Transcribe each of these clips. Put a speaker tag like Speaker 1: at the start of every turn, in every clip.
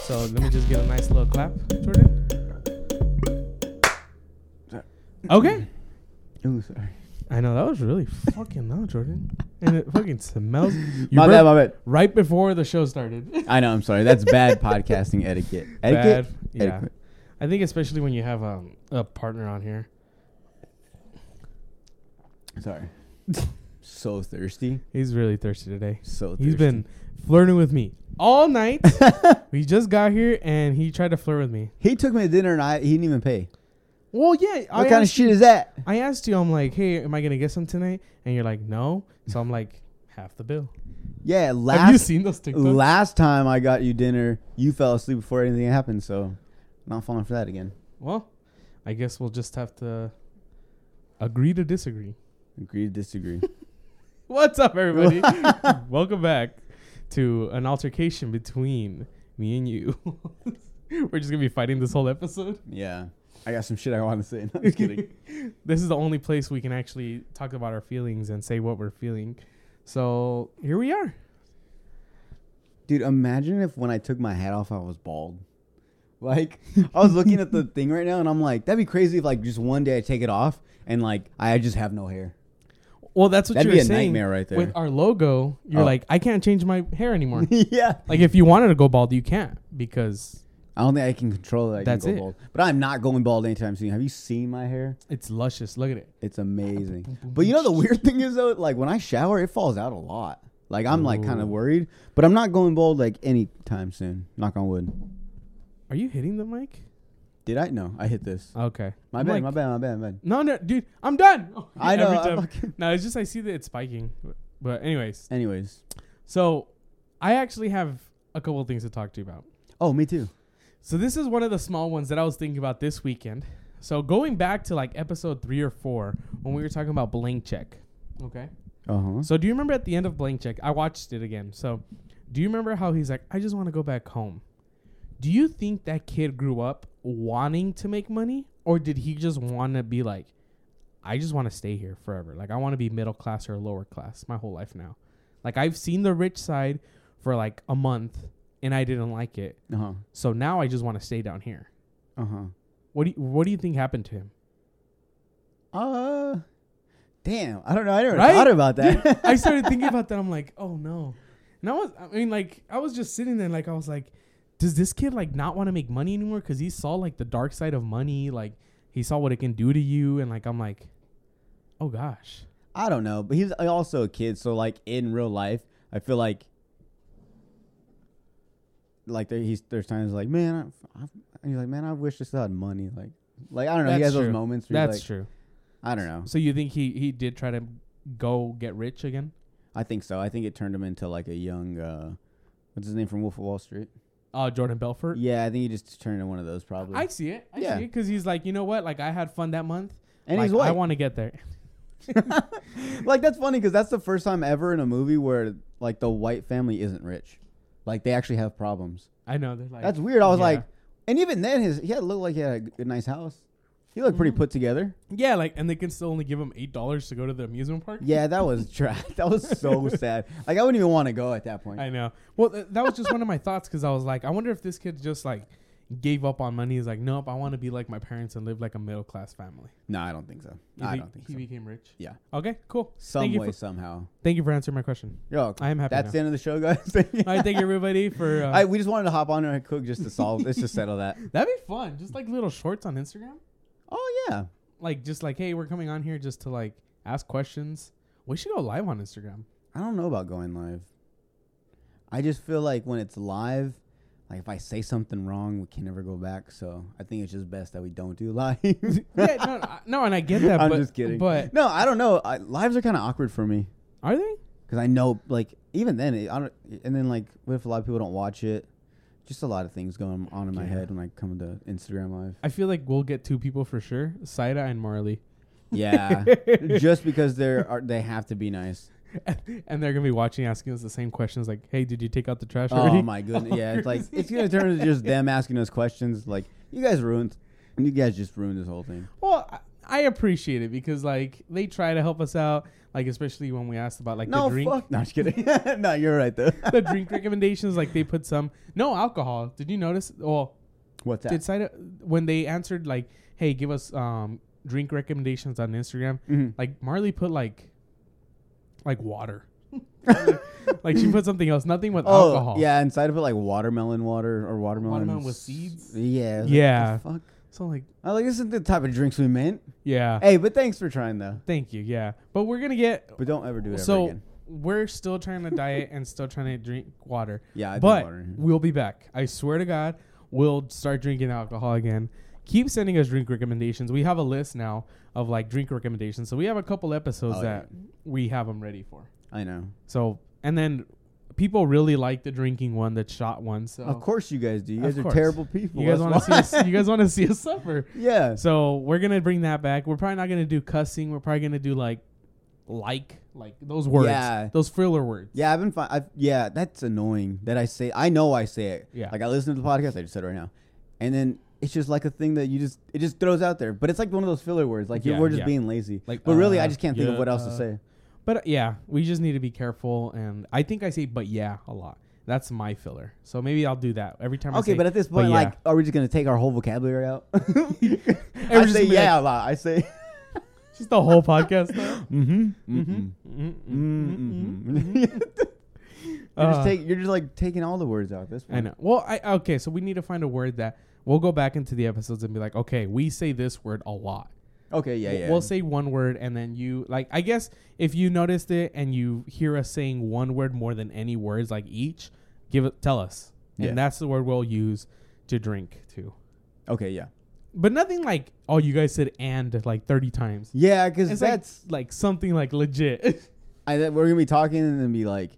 Speaker 1: So let me just give a nice little clap, Jordan. Okay.
Speaker 2: Ooh, sorry.
Speaker 1: I know that was really fucking loud, Jordan, and it fucking smells. You
Speaker 2: My bad,
Speaker 1: burped
Speaker 2: my bad.
Speaker 1: Right before the show started.
Speaker 2: I know. I'm sorry. That's bad podcasting etiquette. Etiquette.
Speaker 1: Bad. Yeah.
Speaker 2: Etiquette.
Speaker 1: I think especially when you have um, a partner on here.
Speaker 2: Sorry. so thirsty.
Speaker 1: He's really thirsty today.
Speaker 2: So thirsty.
Speaker 1: He's been flirting with me all night. we just got here and he tried to flirt with me.
Speaker 2: He took me to dinner and I he didn't even pay.
Speaker 1: Well, Oh, yeah.
Speaker 2: What
Speaker 1: I
Speaker 2: kind of
Speaker 1: asked,
Speaker 2: shit is that?
Speaker 1: I asked you, I'm like, hey, am I going to get some tonight? And you're like, no. So I'm like, half the bill.
Speaker 2: Yeah. Last
Speaker 1: Have you seen those TikToks?
Speaker 2: last time I got you dinner, you fell asleep before anything happened. So, not falling for that again.
Speaker 1: well, I guess we'll just have to agree to disagree.
Speaker 2: Agree to disagree.
Speaker 1: What's up, everybody? Welcome back to an altercation between me and you. We're just going to be fighting this whole episode.
Speaker 2: yeah. I got some shit I want to say. No, I'm just kidding.
Speaker 1: this is the only place we can actually talk about our feelings and say what we're feeling. So here we are.
Speaker 2: Dude, imagine if when I took my hat off, I was bald. Like, I was looking at the thing right now and I'm like, that'd be crazy if, like, just one day I take it off and, like, I just have no hair.
Speaker 1: Well, that's what you
Speaker 2: That'd be
Speaker 1: were
Speaker 2: a
Speaker 1: saying.
Speaker 2: nightmare right there.
Speaker 1: With our logo, you're
Speaker 2: Oh.
Speaker 1: like, I can't change my hair anymore.
Speaker 2: yeah.
Speaker 1: like if you wanted to go bald, you can't because
Speaker 2: I don't think I can control that. I
Speaker 1: That's
Speaker 2: can go
Speaker 1: it.
Speaker 2: bald. But I'm not going bald anytime soon. Have you seen my hair?
Speaker 1: it's luscious. Look at it.
Speaker 2: It's amazing. But you know the weird thing is though, like when I shower, it falls out a lot. Like I'm like kind
Speaker 1: Ooh.
Speaker 2: of worried, but I'm not going bald like anytime soon. Knock on wood.
Speaker 1: Are you hitting the mic?
Speaker 2: Did I? No, I hit this.
Speaker 1: Okay.
Speaker 2: My
Speaker 1: I'm
Speaker 2: bad,
Speaker 1: like,
Speaker 2: my bad, my bad, my bad.
Speaker 1: No, no, dude, I'm done.
Speaker 2: I know,
Speaker 1: Every
Speaker 2: I'm
Speaker 1: time.
Speaker 2: fucking-
Speaker 1: No, it's just I see that it's spiking. But anyways,
Speaker 2: Anyways,
Speaker 1: so I actually have a couple of things to talk to you about.
Speaker 2: oh me too.
Speaker 1: So this is one of the small ones that I was thinking about this weekend. So going back to like episode three or four when we were talking about blank check. Okay.
Speaker 2: Uh huh.
Speaker 1: So do you remember at the end of blank check? I watched it again. So do you remember how he's like, I just want to go back home? Do you think that kid grew up wanting to make money, or did he just want to be like, I just want to stay here forever? Like I want to be middle class or lower class my whole life now. Like I've seen the rich side for like a month and I didn't like it.
Speaker 2: Uh huh.
Speaker 1: So now I just want to stay down here.
Speaker 2: Uh huh.
Speaker 1: What do you, what do you think happened to him?
Speaker 2: Uh, damn. I don't know. I never
Speaker 1: Right?
Speaker 2: thought about that.
Speaker 1: I started thinking about that. I'm like, oh no. And I was, I mean, like, I was just sitting there, like, I was like, does this kid like not want to make money anymore? Because he saw like the dark side of money, like he saw what it can do to you, and like I'm like, oh gosh,
Speaker 2: I don't know, but he's uh, also a kid, so like in real life, I feel like like there, he's there's times like man, I, I, he's like man, I wish I still had money. Like like I don't know, he
Speaker 1: That's
Speaker 2: has
Speaker 1: true.
Speaker 2: those moments. Where he's
Speaker 1: that's
Speaker 2: like,
Speaker 1: true.
Speaker 2: I don't know.
Speaker 1: So you think he he did try to go get rich again?
Speaker 2: I think so. I think it turned him into like a young. uh What's his name from Wolf of Wall Street?
Speaker 1: Uh, Jordan Belfort.
Speaker 2: Yeah, I think he just turned into one of those probably.
Speaker 1: I see it. I
Speaker 2: Yeah.
Speaker 1: see it because he's like, you know what? Like I had fun that month,
Speaker 2: and he's
Speaker 1: Like,
Speaker 2: white.
Speaker 1: I want to get there.
Speaker 2: like that's funny because that's the first time ever in a movie where like the white family isn't rich, like they actually have problems.
Speaker 1: I know. They're like,
Speaker 2: That's weird. I was
Speaker 1: Yeah.
Speaker 2: like, and even then, his he had looked like he had a g- a, nice house. He looked
Speaker 1: Mm-hmm.
Speaker 2: pretty put together.
Speaker 1: Yeah, like, and they can still only give him eight dollars to go to the amusement park.
Speaker 2: Yeah, that was trash. That was so sad. Like I wouldn't even want to go at that point.
Speaker 1: I know. Well, th- that was just one of my thoughts because I was like, I wonder if this kid just like gave up on money. He's like, nope, I want to be like my parents and live like a middle class family.
Speaker 2: no, I don't think so.
Speaker 1: You
Speaker 2: I don't think
Speaker 1: he
Speaker 2: so.
Speaker 1: became rich.
Speaker 2: Yeah.
Speaker 1: Okay. Cool.
Speaker 2: Some
Speaker 1: thank you
Speaker 2: way,
Speaker 1: For,
Speaker 2: somehow.
Speaker 1: thank you for answering my question.
Speaker 2: Yo,
Speaker 1: I am happy.
Speaker 2: that's
Speaker 1: now.
Speaker 2: the end of the show, guys. Thank you.
Speaker 1: All right. Thank you everybody for. Uh,
Speaker 2: I, we just wanted to hop on and cook just to solve. let's just settle that.
Speaker 1: that'd be fun. Just like little shorts on Instagram.
Speaker 2: Oh yeah,
Speaker 1: Like just like, hey, we're coming on here just to like ask questions. We should go live on Instagram.
Speaker 2: I don't know about going live. I just feel like when it's live, like if I say something wrong, we can never go back. So I think it's just best that we don't do live.
Speaker 1: yeah. No, I- no, and I get that.
Speaker 2: I'm
Speaker 1: but,
Speaker 2: just kidding.
Speaker 1: But
Speaker 2: no, I don't know. I, lives are kind of awkward for me
Speaker 1: are they?
Speaker 2: because I know, like, even then, it, I don't. And then, like, what if a lot of people don't watch it? Just a lot of things going on in my
Speaker 1: Yeah.
Speaker 2: head when I come to Instagram Live.
Speaker 1: I feel like we'll get two people for sure, Saida and Marley.
Speaker 2: Yeah, just because they're are, they have to be nice.
Speaker 1: and they're gonna be watching, asking us the same questions, like, "Hey, did you take out the trash already?"
Speaker 2: Oh my goodness, yeah. It's like it's gonna turn into just them asking us questions. Like, you guys ruined. You guys just ruined this whole thing.
Speaker 1: Well, I, I appreciate it because like they try to help us out, like especially when we asked about like
Speaker 2: no,
Speaker 1: the drink,
Speaker 2: fuck. No, I'm just kidding. no, you're right though.
Speaker 1: the drink recommendations. Like they put some no alcohol. Did you notice? Well,
Speaker 2: What's that?
Speaker 1: did Saida, when they answered like, "Hey, give us um drink recommendations on Instagram,"
Speaker 2: Mhm.
Speaker 1: like Marley put like, like water. like, she put something else, nothing with
Speaker 2: oh,
Speaker 1: alcohol.
Speaker 2: yeah. Inside of it, like watermelon water or watermelon.
Speaker 1: Watermelon with
Speaker 2: s-
Speaker 1: seeds?
Speaker 2: Yeah.
Speaker 1: Yeah.
Speaker 2: What the fuck.
Speaker 1: So like,
Speaker 2: I like this isn't the type of drinks we meant.
Speaker 1: yeah.
Speaker 2: Hey, but thanks for trying though.
Speaker 1: Thank you. Yeah, but we're gonna get
Speaker 2: But don't ever do it
Speaker 1: so
Speaker 2: ever again.
Speaker 1: we're still trying to diet and still trying to drink water.
Speaker 2: Yeah, I drink
Speaker 1: but
Speaker 2: water.
Speaker 1: we'll be back. I swear to God, we'll start drinking alcohol again. Keep sending us drink recommendations. We have a list now of like drink recommendations. So we have a couple episodes
Speaker 2: Oh,
Speaker 1: that we have them ready for.
Speaker 2: I know.
Speaker 1: So and then people really like the drinking one, the shot one. So
Speaker 2: Of course you guys do. You
Speaker 1: Of
Speaker 2: guys are
Speaker 1: course.
Speaker 2: terrible people.
Speaker 1: you guys
Speaker 2: That's
Speaker 1: want to see
Speaker 2: why.
Speaker 1: us. You guys want to see us suffer.
Speaker 2: Yeah.
Speaker 1: So we're gonna bring that back. We're probably not gonna do cussing. We're probably gonna do like, like, like those words,
Speaker 2: Yeah.
Speaker 1: those filler words.
Speaker 2: Yeah, I've been fine. I've, yeah, that's annoying that I say. I know I say it.
Speaker 1: Yeah.
Speaker 2: Like I listen to the podcast. I just said it right now, and then it's just like a thing that you just it just throws out there. But it's like one of those filler words. Like
Speaker 1: Yeah,
Speaker 2: we're just
Speaker 1: yeah.
Speaker 2: being lazy.
Speaker 1: Like,
Speaker 2: but really, I
Speaker 1: uh,
Speaker 2: just can't think of
Speaker 1: yeah,
Speaker 2: what else
Speaker 1: uh,
Speaker 2: to say.
Speaker 1: But uh, yeah, we just need to be careful. And I think I say "but yeah" a lot. That's my filler. So maybe I'll do that every time. I
Speaker 2: Okay,
Speaker 1: say,
Speaker 2: but at this point,
Speaker 1: yeah."
Speaker 2: like, are we just gonna take our whole vocabulary out? I
Speaker 1: Everyone's
Speaker 2: say
Speaker 1: just gonna be
Speaker 2: yeah a lot. I say.
Speaker 1: just the whole podcast. though.
Speaker 2: Mm-hmm.
Speaker 1: Mhm.
Speaker 2: Mm-hmm.
Speaker 1: Mm, mm, mm, mm.
Speaker 2: Mm-hmm. you're,
Speaker 1: Uh,
Speaker 2: just take, you're just like taking all the words out. At this point.
Speaker 1: I know. Well, I okay. So we need to find a word that we'll go back into the episodes and be like, okay, we say this word a lot.
Speaker 2: Okay. Yeah.
Speaker 1: W-
Speaker 2: Yeah.
Speaker 1: We'll say one word and then you like I guess if you noticed it and you hear us saying one word more than any words like each, give it tell us.
Speaker 2: Yeah.
Speaker 1: And that's the word we'll use to drink too.
Speaker 2: okay. Yeah.
Speaker 1: But nothing like oh you guys said and like 30 times.
Speaker 2: Yeah, because
Speaker 1: It's
Speaker 2: that's
Speaker 1: like, like something like legit.
Speaker 2: I that we're gonna be talking and then be like,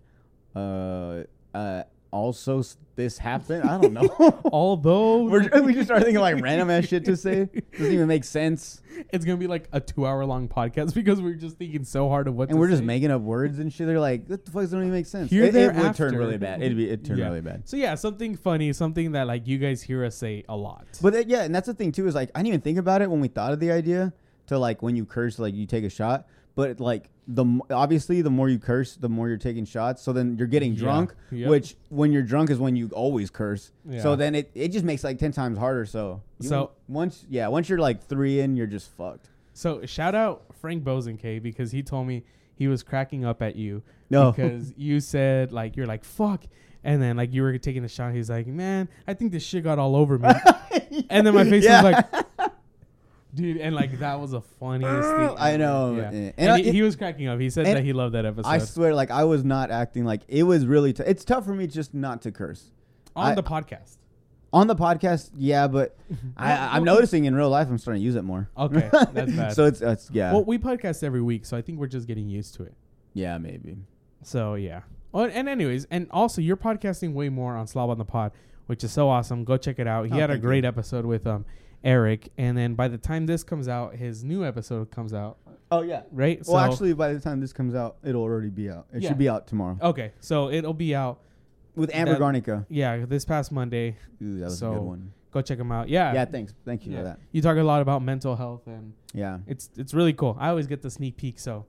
Speaker 2: uh, uh, also s- this happened. I don't know.
Speaker 1: Although
Speaker 2: we're, we just start thinking like random ass shit to say. Doesn't even make sense.
Speaker 1: it's going to be like a 2-hour long podcast because we're just thinking so hard of what
Speaker 2: And
Speaker 1: to
Speaker 2: we're just
Speaker 1: say.
Speaker 2: making up words and shit. They're like, what the fuck doesn't even make sense.
Speaker 1: Here,
Speaker 2: it,
Speaker 1: there,
Speaker 2: it would turn
Speaker 1: after.
Speaker 2: really bad. It'd be it turn
Speaker 1: Yeah.
Speaker 2: really bad.
Speaker 1: So yeah, something funny, something that like you guys hear us say a lot.
Speaker 2: But that, yeah, and that's the thing too is like I didn't even think about it when we thought of the idea to like when you curse like you take a shot. But like the m- obviously the more you curse, the more you're taking shots. So then you're getting
Speaker 1: Yeah.
Speaker 2: drunk,
Speaker 1: Yep.
Speaker 2: which when you're drunk is when you always curse.
Speaker 1: Yeah.
Speaker 2: So then it, it just makes like ten times harder. So you-
Speaker 1: So-
Speaker 2: once yeah once you're like three in, you're just fucked.
Speaker 1: So shout out Frank Bozenkay because he told me he was cracking up at you
Speaker 2: No.
Speaker 1: because you said like you're like fuck and then like you were taking a shot he's like man I think this shit got all over me and then my face
Speaker 2: Yeah.
Speaker 1: was like dude and like that was the funniest thing
Speaker 2: I
Speaker 1: ever.
Speaker 2: know.
Speaker 1: yeah.
Speaker 2: And
Speaker 1: and,
Speaker 2: I-
Speaker 1: he, he was cracking up he said
Speaker 2: and
Speaker 1: that he loved that episode
Speaker 2: I swear, like I was not acting like it was really. T- it's tough for me just not to curse.
Speaker 1: on
Speaker 2: I-
Speaker 1: the podcast
Speaker 2: On the podcast, yeah, but I, I- I'm noticing in real life I'm starting to use it more.
Speaker 1: Okay, that's bad.
Speaker 2: so it's, it's yeah,
Speaker 1: well we podcast every week so I think we're just getting used to it
Speaker 2: yeah, maybe.
Speaker 1: So yeah. Oh, and, and anyways, and also you're podcasting way more on Slob on the Pod, which is so awesome. Go check it out. He
Speaker 2: Oh,
Speaker 1: had a
Speaker 2: thank
Speaker 1: great episode with um Eric, and then by the time this comes out, his new episode comes out,
Speaker 2: Oh yeah.
Speaker 1: right?
Speaker 2: Well, actually, by the time this comes out, it'll already be out. It
Speaker 1: Yeah.
Speaker 2: should be out tomorrow
Speaker 1: okay, so it'll be out.
Speaker 2: with Amber
Speaker 1: That-
Speaker 2: Garnica.
Speaker 1: Yeah, this past Monday.
Speaker 2: Ooh, that was a
Speaker 1: So,
Speaker 2: good one.
Speaker 1: Go check him out. Yeah.
Speaker 2: Yeah, thanks. Thank you
Speaker 1: Yeah.
Speaker 2: for that.
Speaker 1: You talk a lot about mental health, and
Speaker 2: Yeah.
Speaker 1: it's it's really cool. I always get the sneak peek. So.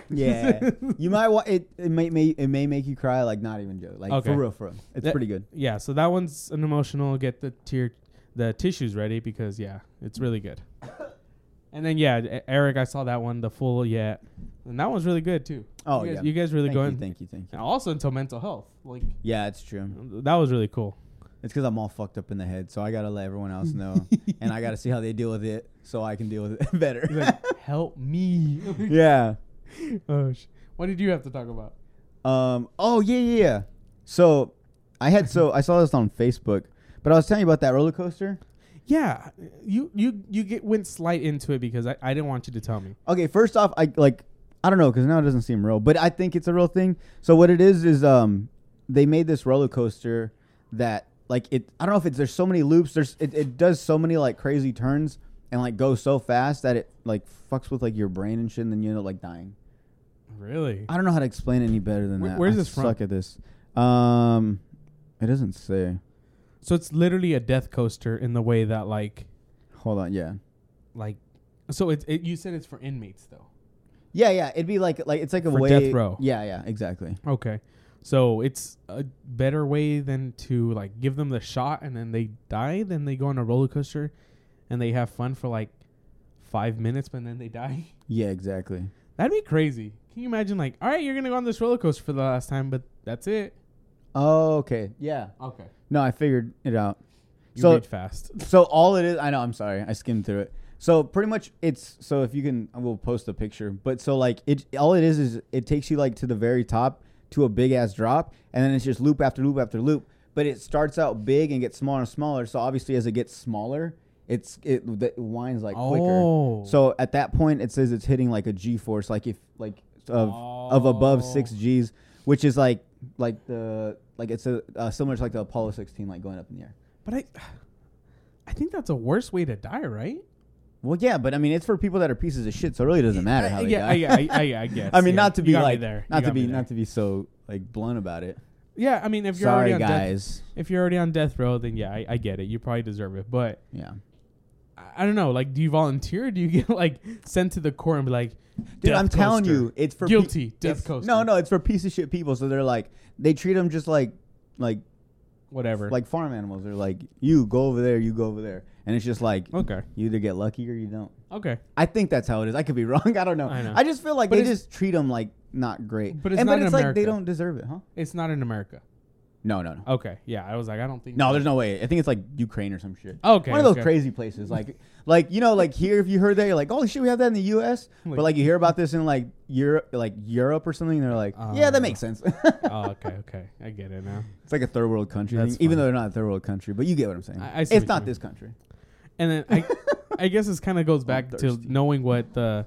Speaker 2: Yeah, you might want it. It may, may it may make you cry, like not even joke, like
Speaker 1: Okay.
Speaker 2: for real, for real. It's
Speaker 1: That-
Speaker 2: pretty good.
Speaker 1: yeah. So that one's an emotional. Get the tear, the tissues ready because yeah, it's really good. And then yeah, E- Eric, I saw that one, the full yeah, and that one's really good too.
Speaker 2: Oh,
Speaker 1: you guys,
Speaker 2: yeah.
Speaker 1: you guys really
Speaker 2: thank
Speaker 1: going.
Speaker 2: you, thank you, thank you.
Speaker 1: And also into mental health, like
Speaker 2: Yeah, it's true.
Speaker 1: that was really cool.
Speaker 2: It's because I'm all fucked up in the head, so I gotta let everyone else know, and I gotta see how they deal with it, so I can deal with it better.
Speaker 1: He's like, help me.
Speaker 2: yeah.
Speaker 1: oh, sh- what did you have to talk about?
Speaker 2: Um. Oh yeah, yeah. yeah. So, I had so I saw this on Facebook, but I was telling you about that roller coaster.
Speaker 1: Yeah, you you you get went slight into it because I, I didn't want you to tell me.
Speaker 2: Okay, first off, I like I don't know because now it doesn't seem real, but I think it's a real thing. So what it is is um they made this roller coaster that like it I don't know if it's there's so many loops there's it, it does so many like crazy turns and like goes so fast that it like fucks with like your brain and shit and then you end up like dying.
Speaker 1: Really?
Speaker 2: I don't know how to explain any better than
Speaker 1: Where-
Speaker 2: that.
Speaker 1: where's
Speaker 2: I
Speaker 1: this from?
Speaker 2: Suck at this. Um, it doesn't say.
Speaker 1: So it's literally a death coaster in the way that like
Speaker 2: Hold on, yeah.
Speaker 1: like So it, it you said it's for inmates though.
Speaker 2: Yeah, yeah. It'd be like like it's like a
Speaker 1: For
Speaker 2: way
Speaker 1: death row.
Speaker 2: Yeah, yeah, exactly.
Speaker 1: Okay. So it's a better way than to like give them the shot and then they die than they go on a roller coaster and they have fun for like 5 minutes but then they die.
Speaker 2: Yeah, exactly.
Speaker 1: That'd be crazy. Can you imagine like, "All right, you're going to go on this roller coaster for the last time, but that's it."
Speaker 2: Oh, okay. Yeah.
Speaker 1: Okay.
Speaker 2: No, I figured it out.
Speaker 1: You
Speaker 2: So-
Speaker 1: read fast.
Speaker 2: So all it is, I know. I'm sorry, I skimmed through it. So pretty much, it's so if you can, we'll post a picture. But so like it, all it is is it takes you like to the very top to a big ass drop, and then it's just loop after loop after loop. But it starts out big and gets smaller and smaller. So obviously, as it gets smaller, it's it, it winds like
Speaker 1: Oh.
Speaker 2: quicker. So at that point, it says it's hitting like a G force, like if like of of above six
Speaker 1: Oh.
Speaker 2: G's, which is like like the like it's a uh, similar to like the Apollo 16, like going up in the air.
Speaker 1: But I I think that's a worse way to die, right?
Speaker 2: Well, yeah, but I mean, it's for people that are pieces of shit, so it really doesn't matter how they
Speaker 1: yeah,
Speaker 2: die.
Speaker 1: yeah, I, I, I guess.
Speaker 2: I mean,
Speaker 1: yeah.
Speaker 2: not to
Speaker 1: You
Speaker 2: be
Speaker 1: got me
Speaker 2: like,
Speaker 1: there.
Speaker 2: not to be, not to be so like blunt about it.
Speaker 1: Yeah, I mean, if you're
Speaker 2: Sorry,
Speaker 1: already on death,
Speaker 2: guys.
Speaker 1: if you're already on death row, then yeah, I, I get it. You probably deserve it, but
Speaker 2: Yeah.
Speaker 1: I- I don't know. Like, do you volunteer? Or do you get like sent to the court and be like,
Speaker 2: Dude, I'm telling you, it's for
Speaker 1: Guilty, death
Speaker 2: it's-
Speaker 1: coaster.
Speaker 2: No, no, it's for piece of shit people. So they're like, they treat them just like, like,
Speaker 1: whatever."
Speaker 2: like farm animals. They're like, you go over there, you go over there, and it's just like,
Speaker 1: okay,
Speaker 2: you either get lucky or you don't.
Speaker 1: okay,
Speaker 2: I think that's how it is. I could be wrong. I don't know.
Speaker 1: I know.
Speaker 2: just feel like
Speaker 1: But
Speaker 2: they
Speaker 1: it's-
Speaker 2: just treat them like not great.
Speaker 1: But it's
Speaker 2: and,
Speaker 1: not
Speaker 2: but
Speaker 1: in
Speaker 2: it's like they
Speaker 1: America.
Speaker 2: don't deserve it, huh?
Speaker 1: it's not in America.
Speaker 2: No, no, no.
Speaker 1: Okay, yeah, I was like, I don't think.
Speaker 2: No, there's no way. I think it's like Ukraine or some shit.
Speaker 1: Oh, Okay,
Speaker 2: one of those
Speaker 1: okay.
Speaker 2: crazy places. Like, like you know, like here, if you heard that, you're like, oh shit, we have that in the U.S.
Speaker 1: Like-
Speaker 2: but like you hear about this in like Europe, like Europe or something, and they're like, yeah,
Speaker 1: Uh,
Speaker 2: that makes sense.
Speaker 1: oh, okay, okay, I get it now.
Speaker 2: it's like a third world country,
Speaker 1: That's
Speaker 2: thing, even
Speaker 1: funny.
Speaker 2: though they're not a third world country. But you get what I'm saying.
Speaker 1: I- I see what
Speaker 2: it's
Speaker 1: you
Speaker 2: not
Speaker 1: mean.
Speaker 2: this country.
Speaker 1: And then I, I guess this kind of goes back to
Speaker 2: thirsty.
Speaker 1: knowing what the,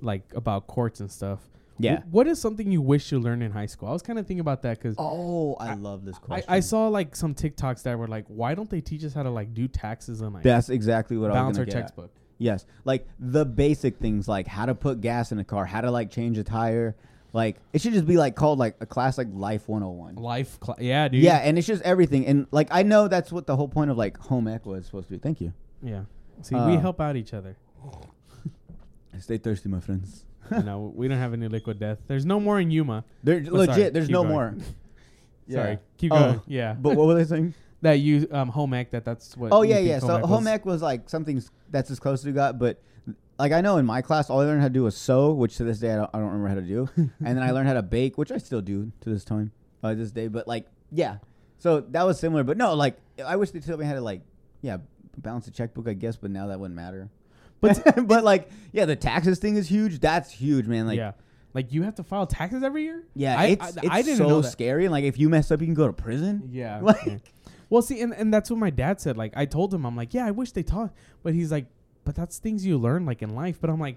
Speaker 1: like about courts and stuff.
Speaker 2: Yeah.
Speaker 1: Wh- what is something you wish you learned in high school? I was kind of thinking about that because
Speaker 2: Oh, I, love this
Speaker 1: I,
Speaker 2: question.
Speaker 1: I saw like some TikToks that were like, why don't they teach us how to like do taxes and like
Speaker 2: That's exactly what I was
Speaker 1: balance our
Speaker 2: gonna get at.
Speaker 1: textbook?
Speaker 2: Yes, like the basic things, like how to put gas in a car, how to like change a tire. Like it should just be like called like a class like Life 101.
Speaker 1: Life, cla yeah, dude,
Speaker 2: Yeah, and it's just everything. And like I know that's what the whole point of like home ec was supposed to be. Thank you.
Speaker 1: yeah. See, we
Speaker 2: Uh,
Speaker 1: help out each other.
Speaker 2: Stay thirsty, my friends.
Speaker 1: you know, we don't have any liquid death. There's no more in Yuma.
Speaker 2: They're
Speaker 1: Oh, sorry,
Speaker 2: legit. there's
Speaker 1: keep
Speaker 2: no
Speaker 1: going.
Speaker 2: more. Yeah.
Speaker 1: Sorry, keep
Speaker 2: Oh,
Speaker 1: going. yeah,
Speaker 2: But what were they saying?
Speaker 1: that you um home ec that that's what.
Speaker 2: oh
Speaker 1: you
Speaker 2: yeah,
Speaker 1: think
Speaker 2: yeah. So
Speaker 1: was.
Speaker 2: home ec was like something s- that's as close as we got. But like I know in my class, all I learned how to do was sew, which to this day I don't, I don't remember how to do. and then I learned how to bake, which I still do to this time, uh, this day. But like yeah, so that was similar. But no, like I wish they told me how to like yeah balance a checkbook, I guess. But now that wouldn't matter. But but like yeah, the taxes thing is huge. That's huge, man. Like
Speaker 1: yeah, like you have to file taxes every year.
Speaker 2: yeah,
Speaker 1: I,
Speaker 2: it's,
Speaker 1: I,
Speaker 2: it's
Speaker 1: I didn't
Speaker 2: so
Speaker 1: know that.
Speaker 2: scary. And like if you mess up, you can go to prison.
Speaker 1: Yeah.
Speaker 2: Like-
Speaker 1: yeah. Well, see, and, and that's what my dad said. Like, I told him, I'm like, yeah, I wish they taught, but he's like, but that's things you learn like in life. But I'm like,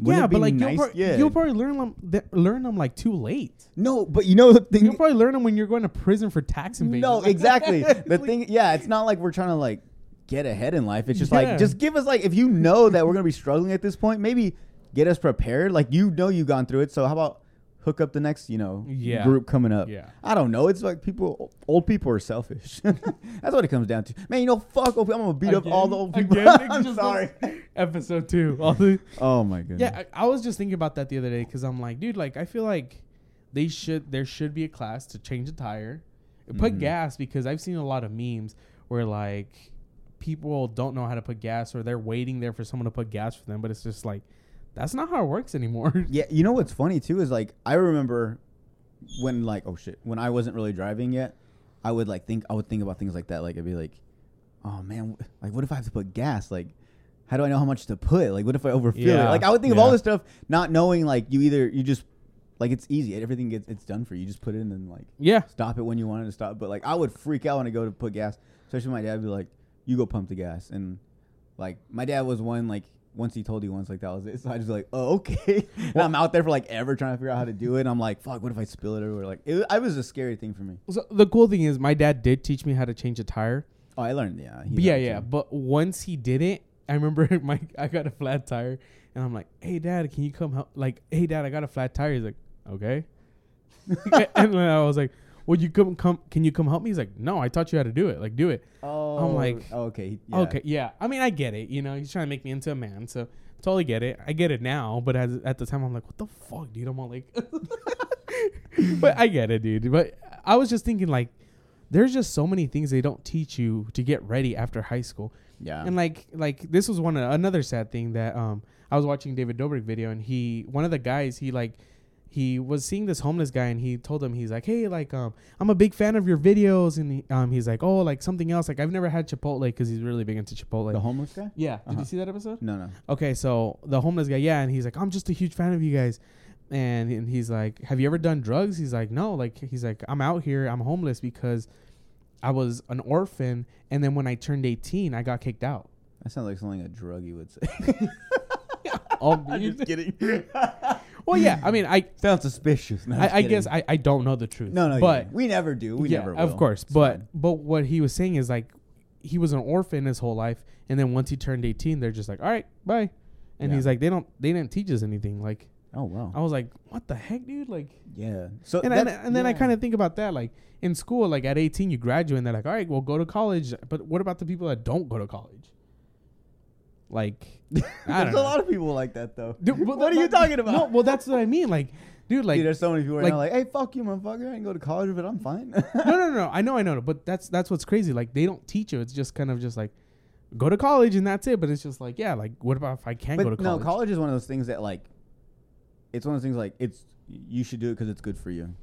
Speaker 2: Wouldn't
Speaker 1: yeah,
Speaker 2: it be
Speaker 1: but like
Speaker 2: nice?
Speaker 1: you'll, probably,
Speaker 2: Yeah.
Speaker 1: you'll probably learn them th- learn them like too late.
Speaker 2: No, but you know the thing.
Speaker 1: You'll probably learn them when you're going to prison for tax evasion.
Speaker 2: No,
Speaker 1: Like,
Speaker 2: exactly. the
Speaker 1: like,
Speaker 2: thing, yeah, it's not like we're trying to like get ahead in life. It's just
Speaker 1: Yeah.
Speaker 2: like just give us like if you know that we're gonna be struggling at this point, maybe get us prepared. Like you know you've gone through it, so how about hook up the next you know
Speaker 1: Yeah.
Speaker 2: group coming up?
Speaker 1: Yeah.
Speaker 2: I don't know. It's like people, old people are selfish. That's what it comes down to. Man, you know, fuck old people. I'm gonna beat up all the old
Speaker 1: Again?
Speaker 2: people.
Speaker 1: Again? It
Speaker 2: I'm
Speaker 1: just
Speaker 2: sorry.
Speaker 1: goes- Episode two. All the
Speaker 2: Oh my goodness.
Speaker 1: yeah, I, I was just thinking about that the other day because I'm like, dude, like I feel like they should there should be a class to change a tire, put
Speaker 2: Mm.
Speaker 1: gas because I've seen a lot of memes where like people don't know how to put gas or they're waiting there for someone to put gas for them, but it's just like that's not how it works anymore.
Speaker 2: Yeah, you know what's funny too is like I remember when like oh shit when I wasn't really driving yet, I would like think I would think about things like that. Like I'd be like, oh man, wh- like what if I have to put gas? Like how do I know how much to put? Like what if I overfill
Speaker 1: Yeah,
Speaker 2: it? Like I would think of all
Speaker 1: yeah.
Speaker 2: this stuff, not knowing like you either you just like it's easy everything gets it's done for you. You just put it in and like
Speaker 1: yeah,
Speaker 2: stop it when you wanted to stop. But like I would freak out when I go to put gas, especially my dad would be like, "You go pump the gas." And like my dad was one like once he told you once like that was it. So I just like, "Oh okay." and I'm out there for like ever trying to figure out how to do it. And I'm like, "Fuck, what if I spill it everywhere?" Like it, it was a scary thing for me.
Speaker 1: so the cool thing is my dad did teach me how to change a tire.
Speaker 2: Oh, I learned. Yeah, he
Speaker 1: But yeah,
Speaker 2: learned,
Speaker 1: yeah.
Speaker 2: too.
Speaker 1: But once he did it, I remember my I got a flat tire, and I'm like, "Hey, dad, can you come help?" Like, "Hey, dad, I got a flat tire." He's like, "Okay." and then I was like, "Well, you come come? Can you come help me?" He's like, "No, I taught you how to do it. Like, do it."
Speaker 2: Oh,
Speaker 1: like,
Speaker 2: okay, yeah.
Speaker 1: Okay, yeah. I mean, I get it. You know, he's trying to make me into a man, so Totally get it. I get it now, but as, at the time I'm like, what the fuck, dude? I'm all like, but I get it, dude. But I was just thinking like, there's just so many things they don't teach you to get ready after high school.
Speaker 2: Yeah.
Speaker 1: And like like this was one another sad thing that um I was watching David Dobrik video and he one of the guys he like he was seeing this homeless guy and he told him he's like hey like um I'm a big fan of your videos and he, um he's like oh like something else like I've never had Chipotle because he's really big into Chipotle.
Speaker 2: the homeless guy?
Speaker 1: yeah, did
Speaker 2: Uh-huh.
Speaker 1: you see that episode?
Speaker 2: No, no.
Speaker 1: Okay, so the homeless guy, yeah, and he's like, I'm just a huge fan of you guys. And, and he's like, Have you ever done drugs? He's like, No. Like, he's like, I'm out here, I'm homeless because I was an orphan. And then when I turned 18, I got kicked out.
Speaker 2: That sounds like something a druggie would say.
Speaker 1: Oh,
Speaker 2: I'm just kidding.
Speaker 1: well, yeah, I mean, I,
Speaker 2: sounds suspicious. No, I'm just
Speaker 1: I, I
Speaker 2: kidding.
Speaker 1: guess I, I don't know the truth.
Speaker 2: No, no,
Speaker 1: but
Speaker 2: but we never do. We
Speaker 1: yeah,
Speaker 2: never will.
Speaker 1: of course.
Speaker 2: It's
Speaker 1: but
Speaker 2: fine.
Speaker 1: but what he was saying is like he was an orphan his whole life, and then once he turned 18, they're just like, All right, bye. And
Speaker 2: Yeah.
Speaker 1: he's like, They don't, they didn't teach us anything. Like,
Speaker 2: oh wow,
Speaker 1: I was like, What the heck, dude? Like,
Speaker 2: yeah. So
Speaker 1: and, and,
Speaker 2: that's-
Speaker 1: and then I
Speaker 2: yeah.
Speaker 1: kind of think about that. Like in school, like at 18, you graduate and they're like, all right, well, go to college. But what about the people that don't go to college? Like, I don't
Speaker 2: there's
Speaker 1: know.
Speaker 2: a lot of people like that though.
Speaker 1: Dude, well,
Speaker 2: what are you
Speaker 1: that-
Speaker 2: talking about?
Speaker 1: No, well, that's what I mean. Like, dude, like,
Speaker 2: Dude, there's so many people right
Speaker 1: like-
Speaker 2: now like, hey, fuck you, motherfucker. I didn't go to college, but I'm fine.
Speaker 1: no, no, no, no. I know, I know. But that's that's what's crazy. Like, they don't teach you. It's just kind of just like, go to college and that's it. But it's just like, yeah, like, what about if I can't
Speaker 2: but
Speaker 1: go to
Speaker 2: no,
Speaker 1: college?
Speaker 2: college is one of those things that like, it's one of those things like it's you should do it because it's good for you.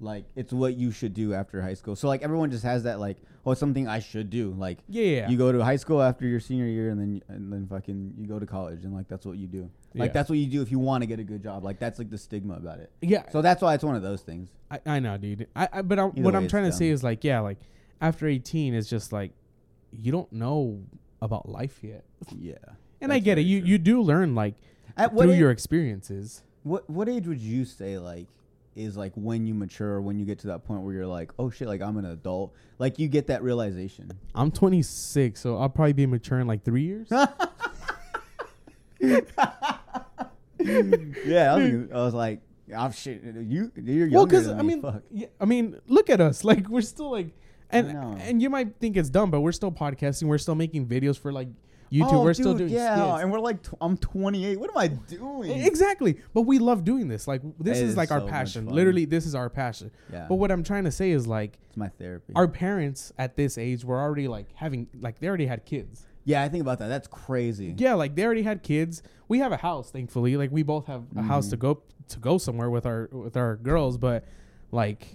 Speaker 2: Like it's what you should do after high school. So like everyone just has that like, oh, it's something I should do. Like
Speaker 1: yeah, yeah, yeah.
Speaker 2: you go to high school after your senior year, and then and then fucking you go to college, and like that's what you do. Like
Speaker 1: Yeah.
Speaker 2: that's what you do if you want to get a good job. Like that's like the stigma about it.
Speaker 1: yeah.
Speaker 2: So that's why it's one of those things.
Speaker 1: I, I know, dude. I, I but I,
Speaker 2: Either
Speaker 1: what
Speaker 2: way,
Speaker 1: I'm
Speaker 2: it's
Speaker 1: trying to say
Speaker 2: dumb.
Speaker 1: is like, yeah, like after 18 is just like, you don't know about life yet.
Speaker 2: Yeah.
Speaker 1: And I
Speaker 2: That's
Speaker 1: get it.
Speaker 2: very
Speaker 1: You
Speaker 2: true.
Speaker 1: you do learn like
Speaker 2: At what
Speaker 1: through
Speaker 2: age,
Speaker 1: your experiences.
Speaker 2: what what age would you say like is like when you mature, when you get to that point where you're like, oh shit, like I'm an adult. Like you get that realization.
Speaker 1: I'm 26, so I'll probably be mature in like three years.
Speaker 2: yeah, I was, thinking- I was like, oh shit, you you're younger
Speaker 1: well, because
Speaker 2: than
Speaker 1: I
Speaker 2: me,
Speaker 1: mean,
Speaker 2: fuck.
Speaker 1: yeah, I mean, look at us. Like we're still like, and
Speaker 2: know.
Speaker 1: and you might think it's dumb, but we're still podcasting. We're still making videos for like YouTube.
Speaker 2: Oh,
Speaker 1: we're still
Speaker 2: dude,
Speaker 1: doing
Speaker 2: yeah,
Speaker 1: skits. E,
Speaker 2: and we're like, tw- I'm 28. What am I doing?
Speaker 1: Exactly. But we love doing this. Like this
Speaker 2: It
Speaker 1: is
Speaker 2: is
Speaker 1: like our
Speaker 2: so much
Speaker 1: passion.
Speaker 2: fun.
Speaker 1: Literally, this is our passion.
Speaker 2: Yeah.
Speaker 1: But what I'm trying to say is like
Speaker 2: It's my therapy.
Speaker 1: our parents at this age were already like having like they already had kids.
Speaker 2: yeah, I think about that. That's crazy.
Speaker 1: Yeah, like they already had kids. We have a house, thankfully. Like we both have a house
Speaker 2: Mm-hmm.
Speaker 1: to go to go somewhere with our with our girls, but like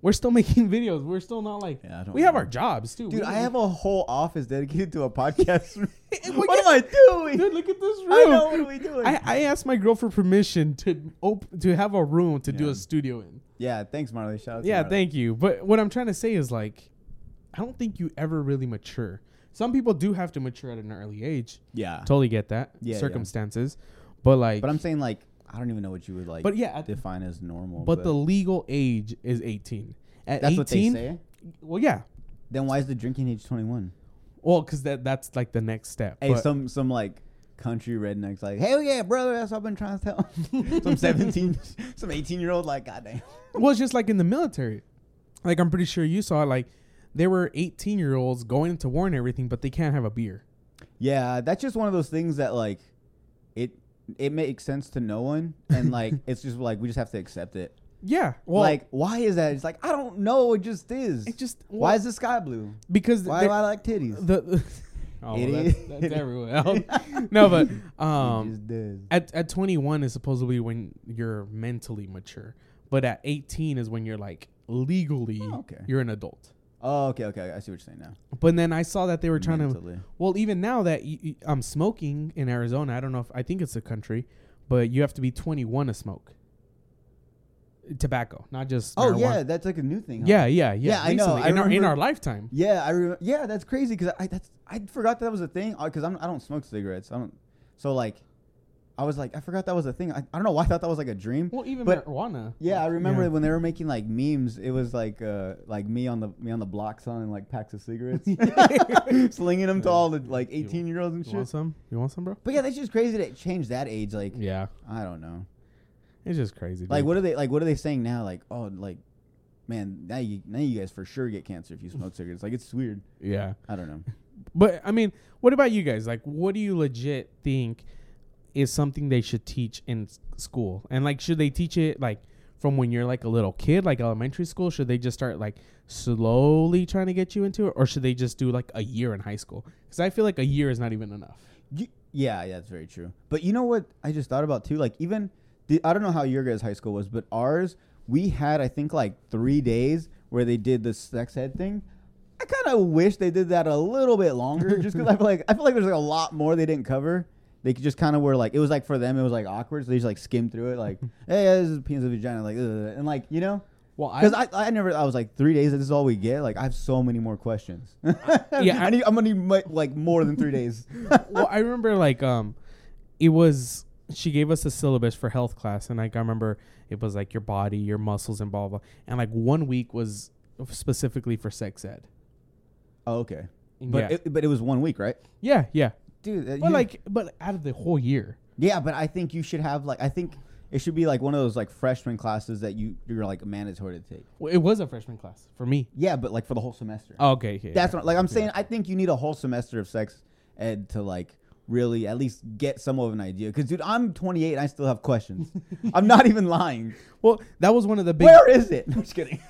Speaker 1: we're still making videos. We're still not like
Speaker 2: Yeah, I don't
Speaker 1: we have
Speaker 2: know.
Speaker 1: our jobs too.
Speaker 2: Dude,
Speaker 1: We-
Speaker 2: I have a whole office dedicated to a podcast.
Speaker 1: Well,
Speaker 2: what am I doing?
Speaker 1: Dude, look at this room.
Speaker 2: I know what are we doing.
Speaker 1: I, I asked my girl for permission to op- to have a room to do
Speaker 2: Yeah.
Speaker 1: a studio in.
Speaker 2: yeah, thanks, Marley. Shout out to
Speaker 1: Yeah,
Speaker 2: Marley.
Speaker 1: thank you. But what I'm trying to say is like, I don't think you ever really mature. Some people do have to mature at an early age.
Speaker 2: Yeah,
Speaker 1: Totally get that.
Speaker 2: Yeah, yeah.
Speaker 1: Circumstances. But like
Speaker 2: but I'm saying like I don't even know what you would like.
Speaker 1: But yeah, at-
Speaker 2: define as normal.
Speaker 1: but the legal age is 18. At
Speaker 2: that's
Speaker 1: 18,
Speaker 2: what they say.
Speaker 1: Well, yeah.
Speaker 2: Then why is the drinking age 21?
Speaker 1: Well, because that that's like the next step.
Speaker 2: Hey,
Speaker 1: but-
Speaker 2: some some like country rednecks like, hell yeah, brother. That's what I've been trying to tell. 'em." some 17, some 18 year old like, goddamn.
Speaker 1: well, it's just like in the military. Like I'm pretty sure you saw like there were 18 year olds going to war and everything, but they can't have a beer.
Speaker 2: Yeah, that's just one of those things that like it it makes sense to no one, and like it's just like we just have to accept it.
Speaker 1: Yeah. Well,
Speaker 2: like, why is that? It's like I don't know. It just is.
Speaker 1: it just well,
Speaker 2: why is the sky blue?
Speaker 1: because
Speaker 2: Why
Speaker 1: there-
Speaker 2: do I like titties?
Speaker 1: the. Oh,
Speaker 2: It
Speaker 1: that's,
Speaker 2: is.
Speaker 1: that's everywhere. else. no, but um,
Speaker 2: it just does.
Speaker 1: at, at 21 is supposedly when you're mentally mature but at 18 is when you're like legally
Speaker 2: Oh, okay.
Speaker 1: you're an adult
Speaker 2: Oh, okay, okay. I see what you're saying now.
Speaker 1: but then i saw that they were trying
Speaker 2: Mentally.
Speaker 1: to well even now that y- y- i'm smoking in arizona i don't know if i think it's the country but you have to be 21 to smoke tobacco not just
Speaker 2: Oh
Speaker 1: marijuana.
Speaker 2: yeah, that's like a new thing. huh?
Speaker 1: yeah yeah yeah
Speaker 2: Yeah, I know.
Speaker 1: recently,
Speaker 2: I
Speaker 1: in, our, in
Speaker 2: remember-
Speaker 1: our lifetime
Speaker 2: Yeah, I remember. Yeah, that's crazy because I that's I forgot that was a thing because I'm I don't smoke cigarettes. I don't. So like, I was like I forgot that was a thing. I, I don't know why I thought that was like a dream.
Speaker 1: well even
Speaker 2: But-
Speaker 1: marijuana
Speaker 2: Yeah, I remember
Speaker 1: Yeah.
Speaker 2: when they were making like memes. It was like uh, like me on the me on the block selling like packs of cigarettes, slinging them to all the like
Speaker 1: You-
Speaker 2: eighteen year olds and
Speaker 1: you want
Speaker 2: shit.
Speaker 1: some you want some bro
Speaker 2: But yeah, that's just crazy that it changed that age. Like
Speaker 1: yeah
Speaker 2: I don't know.
Speaker 1: it's just crazy
Speaker 2: Like
Speaker 1: dude.
Speaker 2: what are they like? What are they saying now? Like oh like, man, now you now you guys for sure get cancer if you smoke cigarettes. Like it's weird.
Speaker 1: yeah
Speaker 2: I don't know.
Speaker 1: But I mean, what about you guys? Like, what do you legit think is something they should teach in s- school? And like, should they teach it like from when you're like a little kid, like elementary school? Should they just start like slowly trying to get you into it, or should they just do like a year in high school? Because I feel like a year is not even enough.
Speaker 2: You, yeah, yeah, that's very true. But you know what I just thought about too? Like even the, I don't know how your guys' high school was, but ours we had I think like three days where they did the sex ed thing. I kind of wish they did that a little bit longer, just because I feel like I feel like there's like a lot more they didn't cover. They could just kind of were like it was like for them it was like awkward, so they just like skimmed through it like, hey, this is penis and vagina, like, ugh, and like you know.
Speaker 1: Well, I,
Speaker 2: Because I, I never I was like three days. This is all we get. Like I have so many more questions. yeah, I,
Speaker 1: I-
Speaker 2: need, I'm gonna need mu- like more than three days.
Speaker 1: well, I remember like um, it was she gave us a syllabus for health class, and like I remember it was like your body, your muscles, and blah blah, blah. and like one week was specifically for sex ed.
Speaker 2: Oh, okay. But
Speaker 1: But yeah,
Speaker 2: it, but it was one week, right?
Speaker 1: yeah, yeah.
Speaker 2: Dude, uh,
Speaker 1: But
Speaker 2: you-
Speaker 1: like, but out of the whole year,
Speaker 2: yeah, but I think you should have like I think it should be like one of those like freshman classes that you you're like mandatory to take.
Speaker 1: well, it was a freshman class for me.
Speaker 2: Yeah, but like for the whole semester.
Speaker 1: Oh, okay, okay.
Speaker 2: That's what like I'm saying. I think you need a whole semester of sex ed to like really at least get some of an idea. Because dude, I'm 28 and I still have questions. I'm not even lying.
Speaker 1: well, that was one of the big.
Speaker 2: Where is it? I'm just kidding.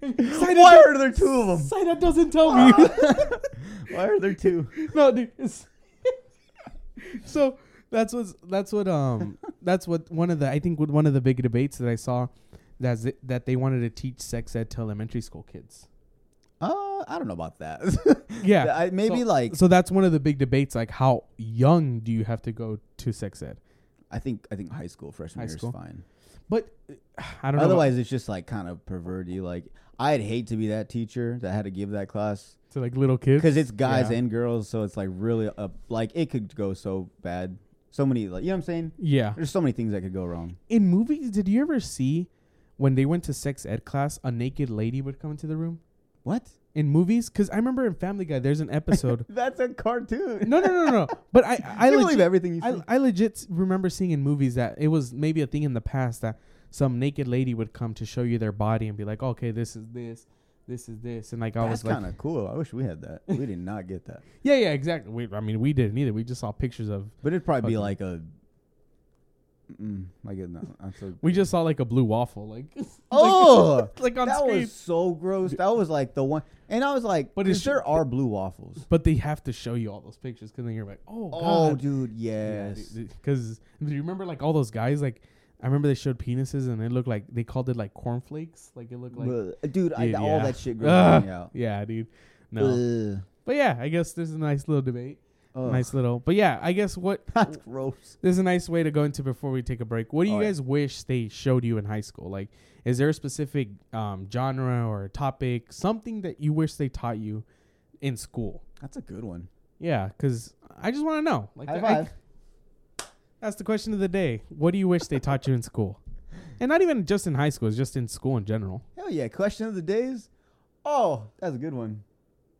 Speaker 2: Why are there two of them?
Speaker 1: Say that doesn't tell me.
Speaker 2: Why are there two?
Speaker 1: no, dude. It's so that's what's that's what um that's what one of the I think what one of the big debates that I saw that's it, that they wanted to teach sex ed to elementary school kids.
Speaker 2: Uh, I don't know about that.
Speaker 1: Yeah,
Speaker 2: I, maybe
Speaker 1: So-
Speaker 2: like
Speaker 1: so. That's one of the big debates. Like, how young do you have to go to sex ed?
Speaker 2: I think I think high school freshman
Speaker 1: High
Speaker 2: year
Speaker 1: school.
Speaker 2: is fine.
Speaker 1: But uh, I don't know. about-
Speaker 2: Otherwise, it's just like kind of perverty. Like I'd hate to be that teacher that had to give that class
Speaker 1: to like little kids
Speaker 2: because it's guys
Speaker 1: yeah.
Speaker 2: and girls, so it's like really up. Like it could go so bad. So many, like you know what I'm saying.
Speaker 1: yeah.
Speaker 2: There's so many things that could go wrong.
Speaker 1: In movies, did you ever see when they went to sex ed class, a naked lady would come into the room?
Speaker 2: What?
Speaker 1: In movies, because I remember in Family Guy, there's an episode.
Speaker 2: That's a cartoon.
Speaker 1: no, no, no, no. But I, I
Speaker 2: I
Speaker 1: legit,
Speaker 2: believe everything you
Speaker 1: I,
Speaker 2: said.
Speaker 1: I legit remember seeing in movies that it was maybe a thing in the past that some naked lady would come to show you their body and be like, okay, this is this, this is this, and like I
Speaker 2: That's
Speaker 1: was like,
Speaker 2: kind of cool. I wish we had that. We did not get that.
Speaker 1: yeah, yeah, exactly. We, I mean, we didn't either. We just saw pictures of.
Speaker 2: But it'd probably be
Speaker 1: Fucking-
Speaker 2: like a. Mm, like a, no, I'm so
Speaker 1: We just saw like a blue waffle, like
Speaker 2: Oh,
Speaker 1: like on
Speaker 2: that
Speaker 1: screen.
Speaker 2: was so gross. That was like the one, and I was like,
Speaker 1: But
Speaker 2: "But
Speaker 1: it's-
Speaker 2: there are blue waffles."
Speaker 1: but they have to show you all those pictures because then you're like, oh,
Speaker 2: Oh,
Speaker 1: God.
Speaker 2: dude, yes.
Speaker 1: Because do you remember like all those guys? Like I remember they showed penises and it looked like they called it like cornflakes. Like it looked like
Speaker 2: Bleh. dude, I,
Speaker 1: Dude,
Speaker 2: all
Speaker 1: yeah.
Speaker 2: that shit
Speaker 1: Ugh.
Speaker 2: grosses me out.
Speaker 1: yeah, dude. No,
Speaker 2: Ugh.
Speaker 1: but yeah, I guess there's a nice little debate.
Speaker 2: Ugh.
Speaker 1: Nice little, but yeah, I guess what
Speaker 2: That's gross.
Speaker 1: there's a nice way to go into before we take a break. What do you
Speaker 2: Oh, yeah.
Speaker 1: guys wish they showed you in high school? Like, is there a specific um, genre or topic, something that you wish they taught you in school?
Speaker 2: That's a good one.
Speaker 1: Yeah, because I just want to know. Like,
Speaker 2: High
Speaker 1: I-
Speaker 2: five.
Speaker 1: That's the question of the day. What do you wish they taught you in school? And not even just in high school, it's just in school in general.
Speaker 2: Hell yeah! Question of the days. Oh, that's a good one.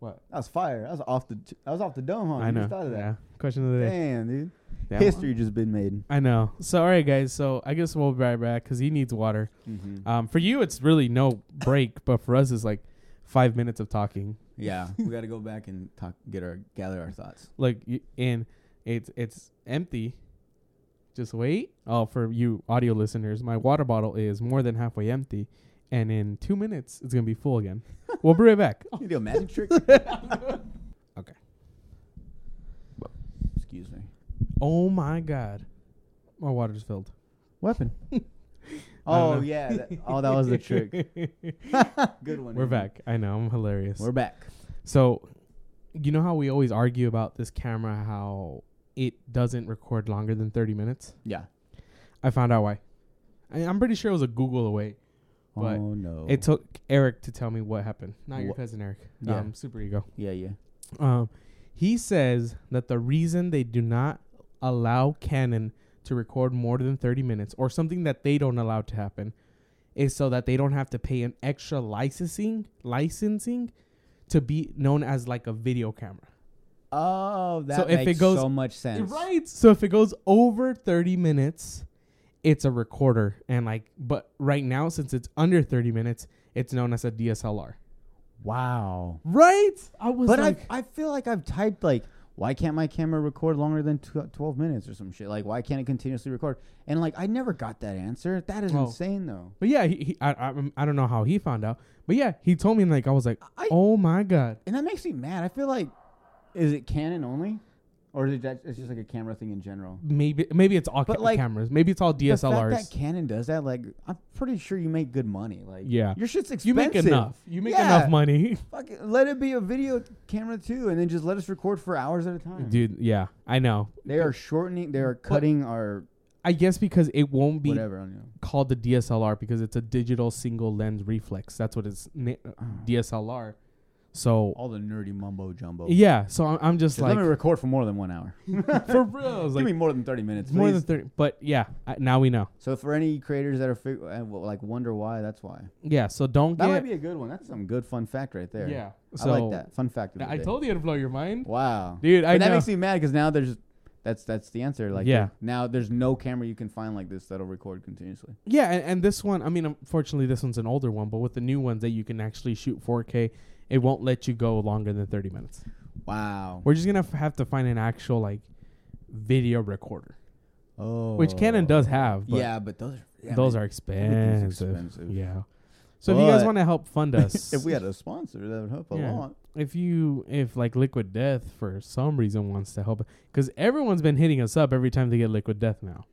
Speaker 1: What?
Speaker 2: That was fire. That was off the. I was off the dome, huh?
Speaker 1: I
Speaker 2: Oh, You
Speaker 1: know.
Speaker 2: Just thought of that.
Speaker 1: Yeah. Question of the day.
Speaker 2: Damn, dude.
Speaker 1: Yeah.
Speaker 2: History just been made.
Speaker 1: I know. So, all right, guys. So, I guess we'll be right back because he needs water.
Speaker 2: Mm-hmm.
Speaker 1: Um, for you, it's really no break, but for us, it's like five minutes of talking.
Speaker 2: Yeah, we got to go back and talk, get our, gather our thoughts.
Speaker 1: Like, y- and it's it's empty. Just wait. Oh, for you audio listeners, my water bottle is more than halfway empty, and in two minutes, it's gonna be full again. we'll be right back.
Speaker 2: You do a magic trick?
Speaker 1: Okay.
Speaker 2: Excuse me.
Speaker 1: Oh my god. My water's filled.
Speaker 2: Weapon.
Speaker 1: know.
Speaker 2: oh yeah. That, oh, that was the trick. Good one.
Speaker 1: We're
Speaker 2: Andy.
Speaker 1: back. I know, I'm hilarious.
Speaker 2: We're back.
Speaker 1: so you know how we always argue about this camera how it doesn't record longer than 30 minutes?
Speaker 2: Yeah.
Speaker 1: I found out why. I, I'm pretty sure it was a Google away. But
Speaker 2: oh no.
Speaker 1: It took Eric to tell me what happened. Not your
Speaker 2: Wha-
Speaker 1: cousin Eric.
Speaker 2: Yeah.
Speaker 1: Um super ego.
Speaker 2: yeah, yeah.
Speaker 1: Um, he says that the reason they do not allow Canon to record more than 30 minutes or something that they don't allow to happen is so that they don't have to pay an extra licensing licensing to be known as like a video camera.
Speaker 2: Oh, that
Speaker 1: So if
Speaker 2: makes
Speaker 1: it goes-
Speaker 2: so much sense.
Speaker 1: Right. So if it goes over 30 minutes, it's a recorder and like but right now since it's under 30 minutes, it's known as a DSLR.
Speaker 2: Wow.
Speaker 1: Right? I was
Speaker 2: But
Speaker 1: like
Speaker 2: I I feel like I've typed like why can't my camera record longer than tw- 12 minutes or some shit? Like, why can't it continuously record? And, like, I never got that answer. That is
Speaker 1: Oh.
Speaker 2: insane, though.
Speaker 1: But yeah, he, he I, I I don't know how he found out. But yeah, he told me and like I was like,
Speaker 2: I-
Speaker 1: oh my god.
Speaker 2: And that makes me mad. I feel like, is it Canon only? Or is it that, it's just like a camera thing in general?
Speaker 1: Maybe maybe it's all
Speaker 2: But,
Speaker 1: ca-
Speaker 2: like,
Speaker 1: cameras. Maybe it's all
Speaker 2: The
Speaker 1: DSLRs.
Speaker 2: fact that Canon does that, like, I'm pretty sure you make good money. Like,
Speaker 1: Yeah.
Speaker 2: your shit's expensive.
Speaker 1: you make enough. You make
Speaker 2: Yeah.
Speaker 1: enough money,
Speaker 2: Fuck it, let it be a video camera too, and then just let us record for hours at a time.
Speaker 1: dude. Yeah, I know.
Speaker 2: They are shortening. They are cutting our
Speaker 1: I guess because it won't be
Speaker 2: whatever. I don't know.
Speaker 1: called the DSLR because it's a digital single lens reflex. That's what it's na- DSLR. So
Speaker 2: All the nerdy mumbo jumbo.
Speaker 1: yeah, so I'm, I'm just
Speaker 2: Oh. Just
Speaker 1: like
Speaker 2: let me record for more than one hour.
Speaker 1: for real. I was
Speaker 2: Give
Speaker 1: like,
Speaker 2: me more than thirty minutes.
Speaker 1: it's more than
Speaker 2: please.
Speaker 1: thirty. But yeah, I, now we know.
Speaker 2: so for any creators that are fig- uh, well, like wonder why, that's why.
Speaker 1: Yeah, so don't
Speaker 2: That
Speaker 1: get
Speaker 2: might be a good one. That's some good fun fact right there.
Speaker 1: yeah.
Speaker 2: I
Speaker 1: So
Speaker 2: like that fun fact. Of the
Speaker 1: I
Speaker 2: day.
Speaker 1: told you it'd blow your mind,
Speaker 2: Wow,
Speaker 1: dude. I
Speaker 2: But that
Speaker 1: know.
Speaker 2: makes me mad because now there's that's that's the answer. Like
Speaker 1: Yeah.
Speaker 2: now there's no camera you can find like this that'll record continuously.
Speaker 1: Yeah, and, and this one, I mean, unfortunately, this one's an older one, but with the new ones that you can actually shoot 4K, it won't let you go longer than 30 minutes.
Speaker 2: Wow.
Speaker 1: We're just gonna f- have to find an actual like video recorder,
Speaker 2: Oh.
Speaker 1: which Canon does have. But
Speaker 2: yeah, but those are, yeah,
Speaker 1: those
Speaker 2: man.
Speaker 1: are
Speaker 2: everything's
Speaker 1: expensive.
Speaker 2: expensive.
Speaker 1: Yeah. So if you guys
Speaker 2: But-
Speaker 1: want to help fund us,
Speaker 2: if we had a sponsor, that would help a
Speaker 1: Yeah.
Speaker 2: lot.
Speaker 1: if you if like Liquid Death for some reason wants to help, because everyone's been hitting us up every time they get Liquid Death now.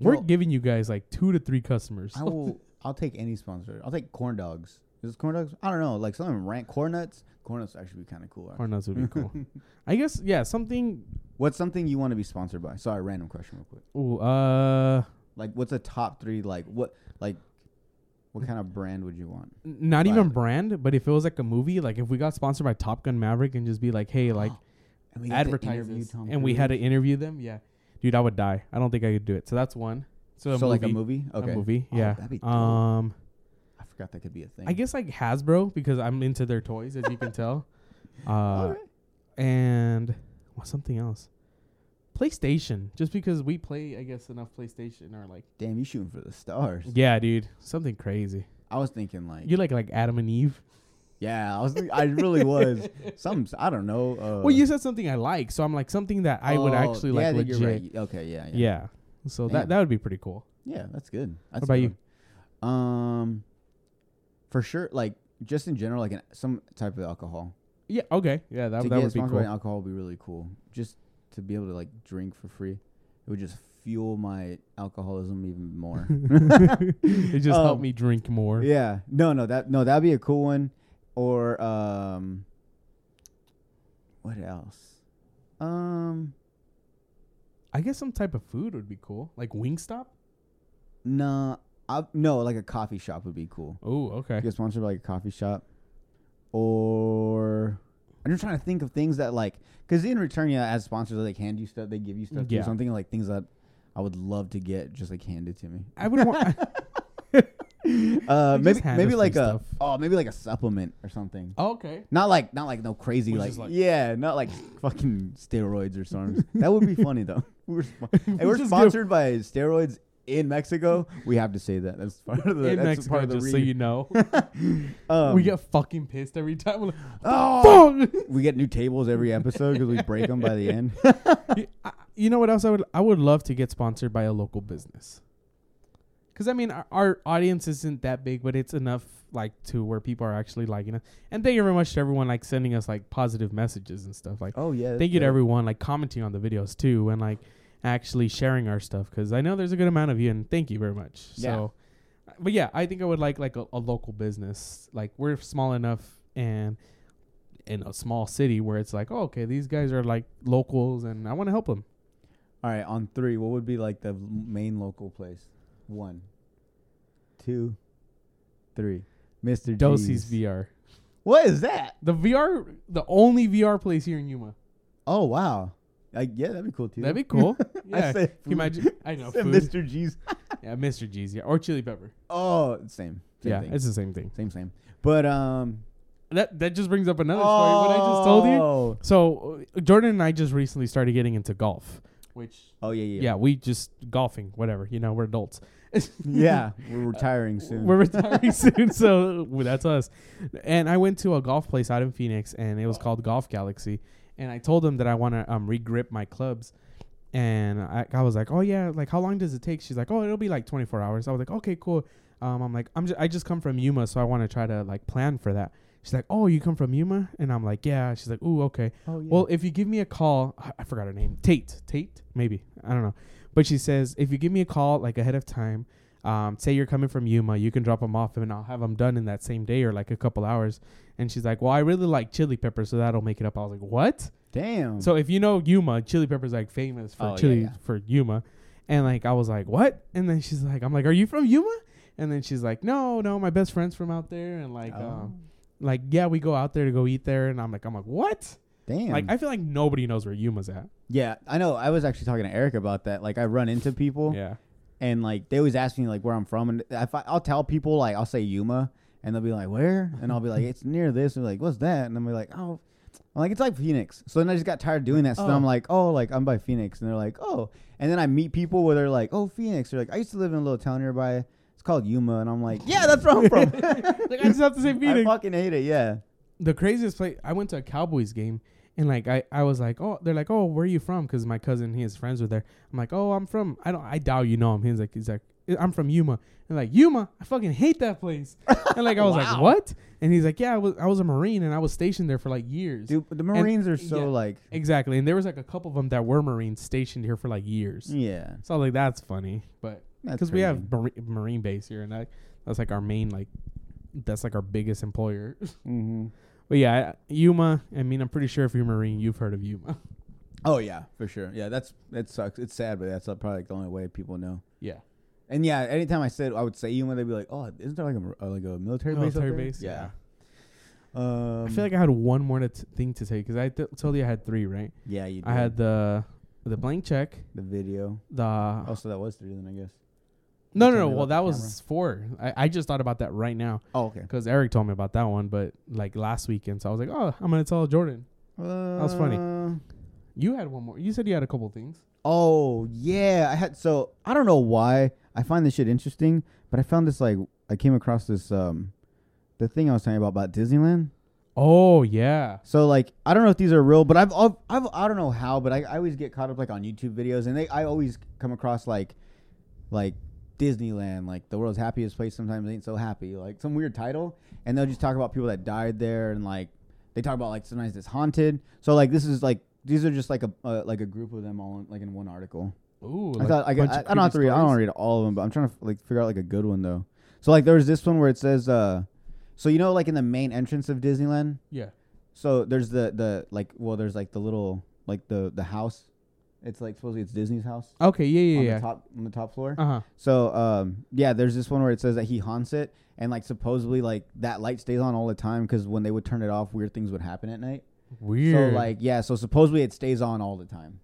Speaker 1: We're
Speaker 2: Well-
Speaker 1: giving you guys like two to three customers.
Speaker 2: I will. I'll take any sponsor. I'll take corn dogs. Is it corn dogs? I don't know. Like something rank corn nuts. Corn nuts actually be kind of cool. actually.
Speaker 1: Corn nuts would be cool. I guess yeah, something.
Speaker 2: What's something you want to be sponsored by? Sorry, random question, real quick.
Speaker 1: Ooh, uh,
Speaker 2: Like, what's a top three? Like, what like what kind of brand would you want?
Speaker 1: n- not even
Speaker 2: Like-
Speaker 1: brand, but if it was like a movie, like if we got sponsored by Top Gun Maverick and just be like, hey, like
Speaker 2: And we got to
Speaker 1: advertise
Speaker 2: interview
Speaker 1: this,
Speaker 2: Tom
Speaker 1: and we had to
Speaker 2: Cruise.
Speaker 1: interview them, yeah, dude, I would die. I don't think I could do it. So that's one. So, a
Speaker 2: so like a
Speaker 1: movie,
Speaker 2: movie. Okay.
Speaker 1: a movie,
Speaker 2: Oh,
Speaker 1: yeah.
Speaker 2: that'd be dope.
Speaker 1: um,
Speaker 2: I forgot that could be a thing.
Speaker 1: I guess like Hasbro because I'm into their toys, as you can tell. Uh,
Speaker 2: Alright.
Speaker 1: and what's something else? PlayStation, just because we play, I guess, enough PlayStation or like,
Speaker 2: Damn, you shooting for the stars.
Speaker 1: yeah, dude, something crazy.
Speaker 2: I was thinking like.
Speaker 1: You like like Adam and Eve?
Speaker 2: yeah, I was. Think- I really was. Some. I don't know. Uh,
Speaker 1: Well, you said something I like, so I'm like something that I would
Speaker 2: oh,
Speaker 1: actually
Speaker 2: yeah,
Speaker 1: like
Speaker 2: that
Speaker 1: legit.
Speaker 2: You're right. Okay. Yeah. Yeah.
Speaker 1: Yeah. So that
Speaker 2: Damn.
Speaker 1: that would be pretty cool.
Speaker 2: Yeah, that's good. That's
Speaker 1: about
Speaker 2: a
Speaker 1: you?
Speaker 2: good one. Um, for sure, like just in general, like an, some type of alcohol.
Speaker 1: Yeah. Okay. Yeah. That
Speaker 2: to
Speaker 1: that
Speaker 2: get
Speaker 1: would be
Speaker 2: sponsored by
Speaker 1: cool.
Speaker 2: alcohol would be really cool. Just to be able to like drink for free, it would just fuel my alcoholism even more.
Speaker 1: it just helped
Speaker 2: Um,
Speaker 1: me drink more.
Speaker 2: yeah, no, no, that no, that'd be a cool one. Or um, what else? Um,
Speaker 1: I guess some type of food would be cool, like Wingstop.
Speaker 2: nah, I, no, like a coffee shop would be cool.
Speaker 1: Oh, okay.
Speaker 2: get sponsored by like a coffee shop or I'm just trying to think of things that like because in return yeah as sponsors they like, hand you stuff they give you stuff
Speaker 1: Yeah.
Speaker 2: too, something like things that I would love to get just like handed to me
Speaker 1: I would want.
Speaker 2: uh
Speaker 1: They just hand
Speaker 2: maybe
Speaker 1: us
Speaker 2: maybe
Speaker 1: free
Speaker 2: like
Speaker 1: stuff.
Speaker 2: a oh maybe like a supplement or something
Speaker 1: okay.
Speaker 2: not like not like no crazy
Speaker 1: Which
Speaker 2: like,
Speaker 1: is like-
Speaker 2: yeah not like fucking steroids or something that would be funny though we were spo- and
Speaker 1: We
Speaker 2: we're
Speaker 1: just give-
Speaker 2: sponsored by steroids in Mexico we have to say that that's part of the
Speaker 1: in
Speaker 2: that's
Speaker 1: Mexico,
Speaker 2: part of the
Speaker 1: just so
Speaker 2: read.
Speaker 1: you know,
Speaker 2: Um,
Speaker 1: we get fucking pissed every time. We're like,
Speaker 2: oh
Speaker 1: "Fuck!"
Speaker 2: we get new tables every episode because we break them by the end.
Speaker 1: you, I, you know what else I would I would love to get sponsored by a local business. Cause I mean our, our audience isn't that big, but it's enough like to where people are actually liking us. And thank you very much to everyone like sending us like positive messages and stuff. Like
Speaker 2: Oh yeah,
Speaker 1: thank you to everyone like commenting on the videos too and like actually sharing our stuff because I know there's a good amount of you and thank you very much.
Speaker 2: Yeah.
Speaker 1: So, but yeah, I think I would like like a, a local business. Like we're small enough and in a small city where it's like, oh, okay, these guys are like locals and I want to help them.
Speaker 2: All right, on three, what would be like the main local place? One, two, three. Mister
Speaker 1: Dosey's VR,
Speaker 2: What is that?
Speaker 1: the VR, the only VR place here in Yuma.
Speaker 2: Oh wow, like yeah, that'd be cool too.
Speaker 1: That'd be cool. yeah,
Speaker 2: I said
Speaker 1: Can you imagine. I know food.
Speaker 2: Mister G's.
Speaker 1: Yeah, Mr. G's. Yeah, or Chili Pepper.
Speaker 2: Oh, same. same
Speaker 1: yeah,
Speaker 2: thing.
Speaker 1: it's the same thing.
Speaker 2: same, same. But um,
Speaker 1: That that just brings up another story. What I just told you.
Speaker 2: oh.
Speaker 1: So uh, Jordan and I just recently started getting into golf, which
Speaker 2: Oh yeah, yeah.
Speaker 1: yeah, we just golfing, whatever. You know, we're adults.
Speaker 2: yeah, we're retiring soon.
Speaker 1: We're retiring soon, so well, that's us. And I went to a golf place out in Phoenix, and it was called Golf Galaxy. And I told them that I want to um, regrip my clubs. And I, I was like, "Oh yeah, like how long does it take?" She's like, "Oh, it'll be like 24 hours." I was like, "Okay, cool." Um, I'm like, "I'm ju- I just come from Yuma, so I want to try to like plan for that." She's like, "Oh, you come from Yuma?" And I'm like, "Yeah." She's like, "Ooh, okay."
Speaker 2: oh, yeah.
Speaker 1: Well, if you give me a call, I, I forgot her name. Tate. Tate? Maybe. I don't know. But she says, if you give me a call like ahead of time, um, say you're coming from Yuma, you can drop them off and I'll have them done in that same day or like a couple hours. And she's like, well, I really like chili pepper, so that'll make it up. I was like, what?
Speaker 2: damn.
Speaker 1: So if you know Yuma, chili pepper's like famous for
Speaker 2: Oh, yeah,
Speaker 1: chili
Speaker 2: yeah.
Speaker 1: for Yuma. And like I was like, what? And then she's like, I'm like, are you from Yuma? And then she's like, no, no, my best friend's from out there. And like,
Speaker 2: Oh,
Speaker 1: um, like yeah, we go out there to go eat there. And I'm like, I'm like, what?
Speaker 2: damn.
Speaker 1: Like I feel like nobody knows where Yuma's at.
Speaker 2: yeah, I know. I was actually talking to Eric about that. Like, I run into people,
Speaker 1: Yeah.
Speaker 2: and like they always ask me like where I'm from, and if I, I'll tell people like I'll say Yuma, and they'll be like where, and I'll be like it's near this, and they're like what's that, and I'm like oh, I'm like it's like Phoenix. So then I just got tired of doing that. So then
Speaker 1: Oh.
Speaker 2: I'm like oh like I'm by Phoenix, and they're like oh, and then I meet people where they're like oh Phoenix, they're like I used to live in a little town nearby. It's called Yuma, and I'm like, yeah, that's where I'm from.
Speaker 1: Like I just have to say
Speaker 2: I
Speaker 1: Phoenix.
Speaker 2: fucking hate it. Yeah,
Speaker 1: the craziest place I went to a Cowboys game and like I, I was like, Oh they're like, Oh, where are you from? Because my cousin his friends were there. I'm like, Oh, I'm from I don't I doubt you know him. He's like he's like I'm from Yuma. And like, Yuma, I fucking hate that place. And like I was like,
Speaker 2: Wow.
Speaker 1: What? And he's like, Yeah, I was I was a Marine and I was stationed there for like years.
Speaker 2: dude, but the Marines are so
Speaker 1: yeah.
Speaker 2: like,
Speaker 1: Exactly. And there was like a couple of them that were Marines stationed here for like years.
Speaker 2: yeah,
Speaker 1: So like that's funny, but
Speaker 2: Mm. That's
Speaker 1: because we have
Speaker 2: crazy.
Speaker 1: Mari- Marine base here, and that, that's like our main like that's like our biggest employer.
Speaker 2: mm-hmm.
Speaker 1: but yeah, Yuma. I mean, I'm pretty sure if you're Marine, you've heard of Yuma.
Speaker 2: Oh yeah, for sure. Yeah, that's that sucks. It's sad, but that's uh, probably like, the only way people know.
Speaker 1: yeah,
Speaker 2: And yeah, anytime I said I would say Yuma, they'd be like, "Oh, isn't there like a mar- uh, like a military,
Speaker 1: military
Speaker 2: base?"
Speaker 1: base.
Speaker 2: up there?" Yeah. Um,
Speaker 1: Oh, I feel like I had one more to t- thing to say because I th- told you I had three, right?
Speaker 2: yeah, you.
Speaker 1: I
Speaker 2: did.
Speaker 1: had the the blank check,
Speaker 2: the video.
Speaker 1: the
Speaker 2: Oh, so that was three then, I guess.
Speaker 1: no,
Speaker 2: you
Speaker 1: no,
Speaker 2: told
Speaker 1: no.
Speaker 2: me
Speaker 1: Well,
Speaker 2: about the
Speaker 1: that was four. I, I just thought about that right now
Speaker 2: Oh, okay.
Speaker 1: because Eric told me about that one, but like last weekend, so I was like, oh, I'm gonna tell Jordan.
Speaker 2: Uh,
Speaker 1: was funny. You had one more. You said you had a couple things.
Speaker 2: Oh yeah, I had. So I don't know why I find this shit interesting, but I found this like I came across this um, the thing I was talking about about Disneyland.
Speaker 1: Oh yeah.
Speaker 2: So like I don't know if these are real, but I've I've, I've I don't know how, but I, I always get caught up like on YouTube videos, and they I always come across like like Disneyland, like the world's happiest place. Sometimes ain't so happy, like some weird title, and they'll just talk about people that died there, and like they talk about like sometimes it's haunted. So like this is like these are just like a uh, like a group of them all in, like in one article.
Speaker 1: Ooh,
Speaker 2: I thought I, got, I, I don't have to read. I don't want to read all of them, but I'm trying to like figure out like a good one though. So like there was this one where it says, uh, so you know like in the main entrance of Disneyland.
Speaker 1: Yeah.
Speaker 2: So there's the the like well there's like the little like the the house. It's like supposedly it's Disney's house
Speaker 1: Okay. Yeah.
Speaker 2: on
Speaker 1: Yeah.
Speaker 2: the top on the top floor.
Speaker 1: yeah. Uh huh.
Speaker 2: So um yeah, there's this one where it says that he haunts it and like supposedly like that light stays on all the time because when they would turn it off, weird things would happen at night.
Speaker 1: Weird.
Speaker 2: So like yeah, so supposedly it stays on all the time.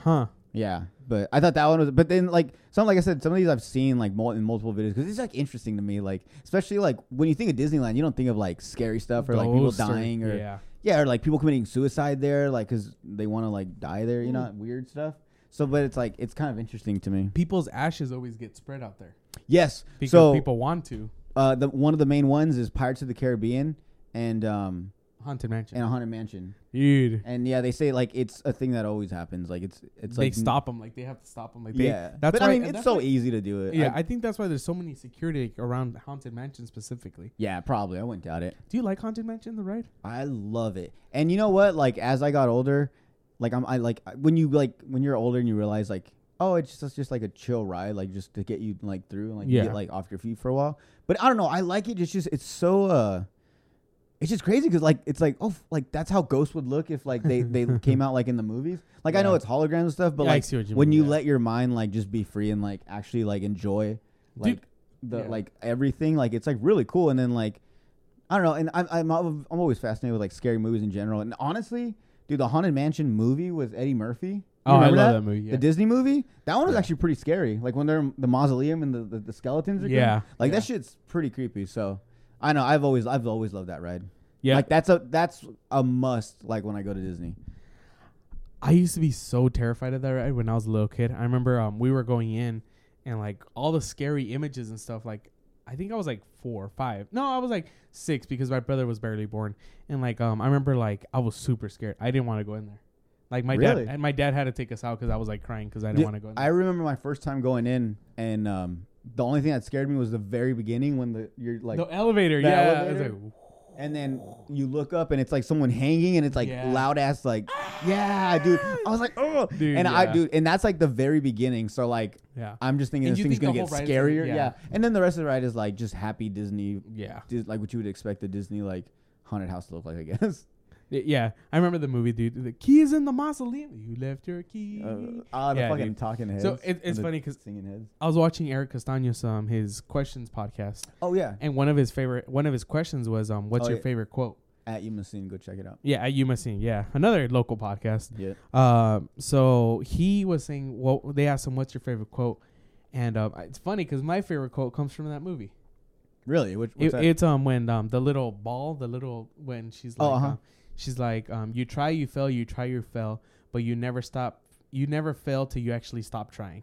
Speaker 1: huh?
Speaker 2: Yeah, but I thought that one was. But then, like some, like I said, some of these I've seen like mul- in multiple videos because it's like interesting to me. Like especially like when you think of Disneyland, you don't think of like scary stuff or like people
Speaker 1: Ghosts or-
Speaker 2: dying or
Speaker 1: yeah.
Speaker 2: yeah, or like people committing suicide there, like because they want to like die there, you
Speaker 1: Mm.
Speaker 2: know, weird stuff. So, but it's like it's kind of interesting to me.
Speaker 1: People's ashes always get spread out there
Speaker 2: Yes.
Speaker 1: because
Speaker 2: so,
Speaker 1: people want to
Speaker 2: uh, the one of the main ones is Pirates of the Caribbean and um
Speaker 1: haunted mansion.
Speaker 2: and a haunted mansion.
Speaker 1: Dude,
Speaker 2: And yeah, they say like it's a thing that always happens. Like it's it's
Speaker 1: they
Speaker 2: like
Speaker 1: stop them like they have to stop them like they,
Speaker 2: Yeah,
Speaker 1: That's
Speaker 2: but
Speaker 1: why
Speaker 2: I mean
Speaker 1: and
Speaker 2: it's
Speaker 1: that's
Speaker 2: so
Speaker 1: why-
Speaker 2: easy to do it.
Speaker 1: Yeah,
Speaker 2: I-
Speaker 1: I think that's why there's so many security around haunted mansion specifically.
Speaker 2: yeah, probably. I wouldn't doubt it.
Speaker 1: Do you like haunted mansion the ride?
Speaker 2: I love it. And you know what? Like as I got older, like I'm I like when you like when you're older and you realize like oh it's just it's just like a chill ride like just to get you like through and like you
Speaker 1: Yeah.
Speaker 2: get like off your feet for a while. But I don't know. I like it. It's just it's so uh. It's just crazy because like it's like oh f- like that's how ghosts would look if like they they came out like in the movies. Like I know
Speaker 1: Yeah.
Speaker 2: it's holograms and stuff, but
Speaker 1: Yeah, I
Speaker 2: like
Speaker 1: see what you
Speaker 2: when
Speaker 1: mean,
Speaker 2: you
Speaker 1: yeah.
Speaker 2: let your mind like just be free and like actually like enjoy like
Speaker 1: Dude,
Speaker 2: the
Speaker 1: yeah.
Speaker 2: like everything like it's like really cool. And then like I don't know, and I'm I'm al- I'm always fascinated with like scary movies in general. And honestly, dude, the Haunted Mansion movie with Eddie Murphy. You
Speaker 1: Oh, I
Speaker 2: remember
Speaker 1: love that movie, yeah.
Speaker 2: The Disney movie. That one was actually pretty scary. Like when they're in the mausoleum and the, the, the skeletons are. coming.
Speaker 1: Yeah.
Speaker 2: Like that
Speaker 1: Yeah.
Speaker 2: shit's pretty creepy. So I know I've always I've always loved that ride.
Speaker 1: Yeah.
Speaker 2: Like that's a that's a must. Like when I go to Disney.
Speaker 1: I used to be so terrified of that ride when I was a little kid. I remember um, we were going in, and like all the scary images and stuff. Like I think I was like four or five. No, I was like six because my brother was barely born. And like um, I remember like I was super scared. I didn't want to go in there. Like my
Speaker 2: Really?
Speaker 1: dad and my dad had to take us out because I was like crying because I didn't
Speaker 2: Did-
Speaker 1: want to go in
Speaker 2: I
Speaker 1: there.
Speaker 2: remember my first time going in, and um, the only thing that scared me was the very beginning when the you're like,
Speaker 1: the elevator,
Speaker 2: the
Speaker 1: yeah. I was
Speaker 2: elevator?
Speaker 1: like,
Speaker 2: and then you look up and it's like someone hanging, and it's like
Speaker 1: Yeah.
Speaker 2: loud ass like, yeah, dude. I was like, oh,
Speaker 1: Dude,
Speaker 2: and I
Speaker 1: yeah.
Speaker 2: dude, and that's like the very beginning. So like,
Speaker 1: yeah.
Speaker 2: I'm just thinking
Speaker 1: And
Speaker 2: this
Speaker 1: you
Speaker 2: thing's
Speaker 1: think
Speaker 2: gonna
Speaker 1: the
Speaker 2: get
Speaker 1: whole ride is
Speaker 2: scarier,
Speaker 1: gonna-
Speaker 2: yeah.
Speaker 1: yeah.
Speaker 2: And then the rest of the ride is like just happy Disney,
Speaker 1: Yeah.
Speaker 2: dis- like what you would expect a Disney like haunted house to look like, I guess.
Speaker 1: Y- Yeah. I remember the movie, dude. The keys in the mausoleum. You left your key.
Speaker 2: Uh, ah, the
Speaker 1: Yeah,
Speaker 2: fucking
Speaker 1: dude.
Speaker 2: talking heads.
Speaker 1: So it,
Speaker 2: and
Speaker 1: it's
Speaker 2: the
Speaker 1: funny because
Speaker 2: singing heads.
Speaker 1: I was watching Eric Castano's um his questions podcast,
Speaker 2: Oh yeah,
Speaker 1: and one of his favorite one of his questions was um what's
Speaker 2: Oh,
Speaker 1: your
Speaker 2: yeah.
Speaker 1: favorite quote?
Speaker 2: at you must go check it out.
Speaker 1: Yeah, at UMassine. Yeah, another local podcast.
Speaker 2: Yeah.
Speaker 1: Um, so he was saying, well, they asked him what's your favorite quote, and um, it's funny because my favorite quote comes from that movie.
Speaker 2: Really? Which what's
Speaker 1: It,
Speaker 2: that?
Speaker 1: it's um when um the little ball, the little when she's
Speaker 2: Oh,
Speaker 1: like,
Speaker 2: uh-huh.
Speaker 1: um, she's like, um, you try, you fail, you try, you fail, but you never stop, you never fail till you actually stop trying.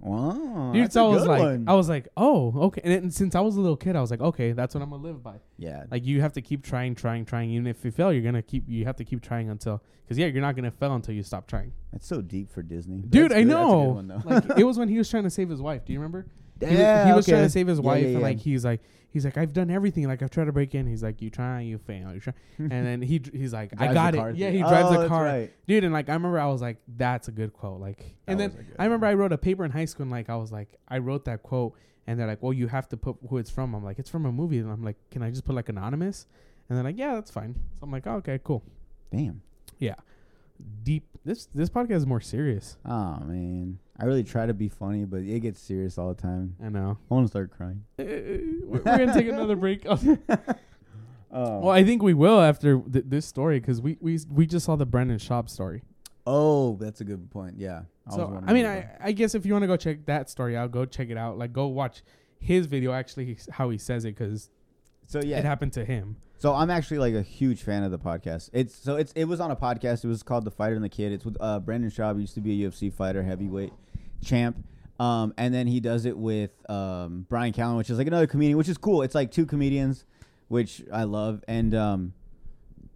Speaker 2: Wow,
Speaker 1: Dude,
Speaker 2: Oh, that's
Speaker 1: so
Speaker 2: a
Speaker 1: I was
Speaker 2: good
Speaker 1: like,
Speaker 2: one.
Speaker 1: I was like, oh, okay. And, and since I was a little kid, I was like, okay, that's what I'm gonna live by.
Speaker 2: yeah,
Speaker 1: Like you have to keep trying, trying, trying. Even if you fail, you're gonna keep. You have to keep trying until, because yeah, you're not gonna fail until you stop trying.
Speaker 2: that's so deep for Disney,
Speaker 1: Dude,
Speaker 2: That's
Speaker 1: I
Speaker 2: good- that's a good
Speaker 1: know.
Speaker 2: one, though.
Speaker 1: like it was when he was trying to save his wife. Do you remember? He was-
Speaker 2: Yeah,
Speaker 1: he was
Speaker 2: okay.
Speaker 1: trying to save his
Speaker 2: Yeah,
Speaker 1: wife,
Speaker 2: yeah,
Speaker 1: and
Speaker 2: yeah.
Speaker 1: like he's like, he's like, I've done everything. Like I've tried to break in. He's like, you try, you fail, you try. And then he dr- he's like, I
Speaker 2: Drives the
Speaker 1: got
Speaker 2: car
Speaker 1: it. Yeah,
Speaker 2: thing.
Speaker 1: he drives
Speaker 2: Oh,
Speaker 1: a
Speaker 2: that's
Speaker 1: car,
Speaker 2: right.
Speaker 1: dude. And like I remember, I was like, that's a good quote. Like, and
Speaker 2: That
Speaker 1: then
Speaker 2: was a good
Speaker 1: I remember I wrote a paper in high school, and like I was like, I wrote that quote, and they're like, well, you have to put who it's from. I'm like, it's from a movie, and I'm like, can I just put like anonymous? And they're like, yeah, that's fine. So I'm like, oh, okay, cool.
Speaker 2: Damn.
Speaker 1: Yeah, deep. This this podcast is more serious.
Speaker 2: Oh man, I really try to be funny, but it gets serious all the time.
Speaker 1: I know.
Speaker 2: I want to start crying.
Speaker 1: Uh, we're, we're gonna take another break.
Speaker 2: Oh.
Speaker 1: well, I think we will after th- this story because we, we we just saw the Brendan Schaub story.
Speaker 2: oh, that's a good point. Yeah. was
Speaker 1: so
Speaker 2: wondering
Speaker 1: I mean,
Speaker 2: about
Speaker 1: I, I guess if you want to go check that story out, go check it out. Like, go watch his video. Actually, he's- how he says it because
Speaker 2: that. so yeah,
Speaker 1: it happened to him.
Speaker 2: So I'm actually like a huge fan of the podcast. It's so it's it was on a podcast. It was called The Fighter and the Kid. It's with uh, Brandon Schaub. He used to be a UFC fighter, heavyweight champ. Um, and then he does it with um, Brian Callen, which is like another comedian, which is cool. It's like two comedians, which I love. And um,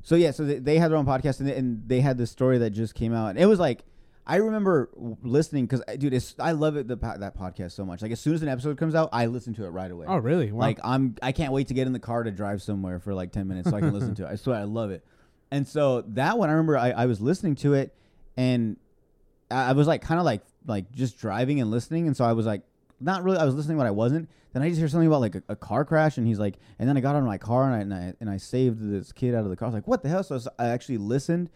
Speaker 2: so yeah, so they, they had their own podcast, and they, and they had this story that just came out, and it was like. I remember w- listening because, dude, it's, I love it the, po- that podcast so much. Like, as soon as an episode comes out, I listen to it right away.
Speaker 1: Oh, really? Wow.
Speaker 2: Like I'm, I can't wait to get in the car to drive somewhere for like ten minutes so I can listen to it. I swear, I love it. And so that one, I remember I, I was listening to it, and I, I was like, kind of like, like just driving and listening. And so I was like, not really. I was listening, but I wasn't. Then I just hear something about like a, a car crash, and he's like, and then I got on my car and I and I, and I saved this kid out of the car. I was like, what the hell? So I s- I actually listened,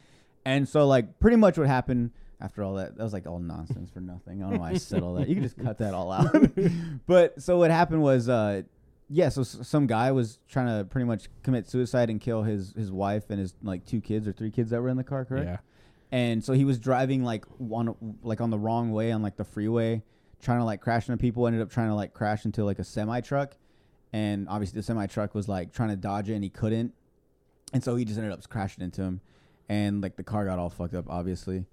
Speaker 2: and so like pretty much what happened. After all that, that was like all nonsense for nothing. I don't know why I said all that. You can just cut that all out. but so what happened was uh, yeah, so s- some guy was trying to pretty much commit suicide and kill his his wife and his like two kids or three kids that were in the car, correct?
Speaker 1: yeah.
Speaker 2: And so he was driving like one like on the wrong way on like the freeway, trying to like crash into people. Ended up trying to like crash into like a semi truck, and obviously the semi truck was like trying to dodge it and he couldn't, and so he just ended up crashing into him, and like the car got all fucked up, obviously.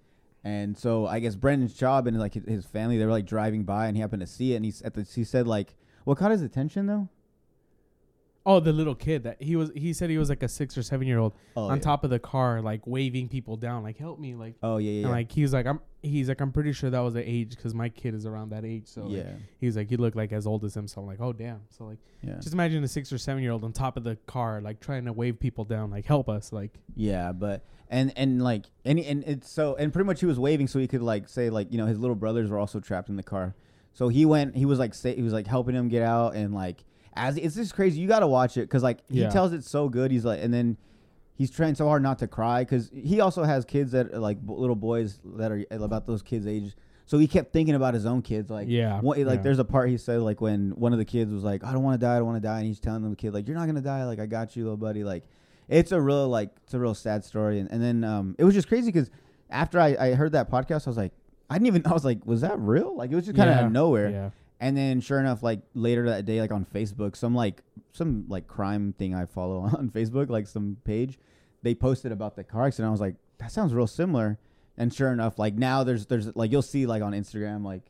Speaker 2: And so I guess Brendan's job and like his- his family, they were like driving by and he happened to see it, and he's at the, he said like, what caught his attention though?
Speaker 1: Oh, the little kid that he was. He said he was like a six or seven year old
Speaker 2: Oh,
Speaker 1: on
Speaker 2: yeah.
Speaker 1: top of the car, like waving people down, like help me, like.
Speaker 2: Oh yeah, yeah,
Speaker 1: And
Speaker 2: yeah.
Speaker 1: like he's like I'm he's like I'm pretty sure that was the age because my kid is around that age. So like,
Speaker 2: yeah,
Speaker 1: he's like he looked like as old as him. So I'm like oh damn. So like.
Speaker 2: yeah,
Speaker 1: Just imagine a six or seven year old on top of the car, like trying to wave people down, like help us, like
Speaker 2: yeah. But and and like and and it's so and pretty much he was waving so he could like say like you know his little brothers were also trapped in the car, so he went he was like say, he was like helping him get out and like as it's just crazy you got to watch it because like he
Speaker 1: Yeah.
Speaker 2: tells it so good he's like and then he's trying so hard not to cry because he also has kids that are like b- little boys that are about those kids age so he kept thinking about his own kids like
Speaker 1: Yeah,
Speaker 2: one, like
Speaker 1: yeah.
Speaker 2: there's a part he said like when one of the kids was like i don't want to die i don't want to die and he's telling the kid like you're not gonna die like i got you little buddy like it's a real like it's a real sad story and, and then um it was just crazy because after I, I heard that podcast i was like i didn't even i was like was that real like it was just kind of out
Speaker 1: Yeah,
Speaker 2: of nowhere
Speaker 1: yeah.
Speaker 2: and then sure enough, like later that day, like on Facebook, some like some like crime thing I follow on Facebook, like some page, they posted about the car accident. I was like, that sounds real similar. And sure enough, like now there's there's like you'll see like on Instagram like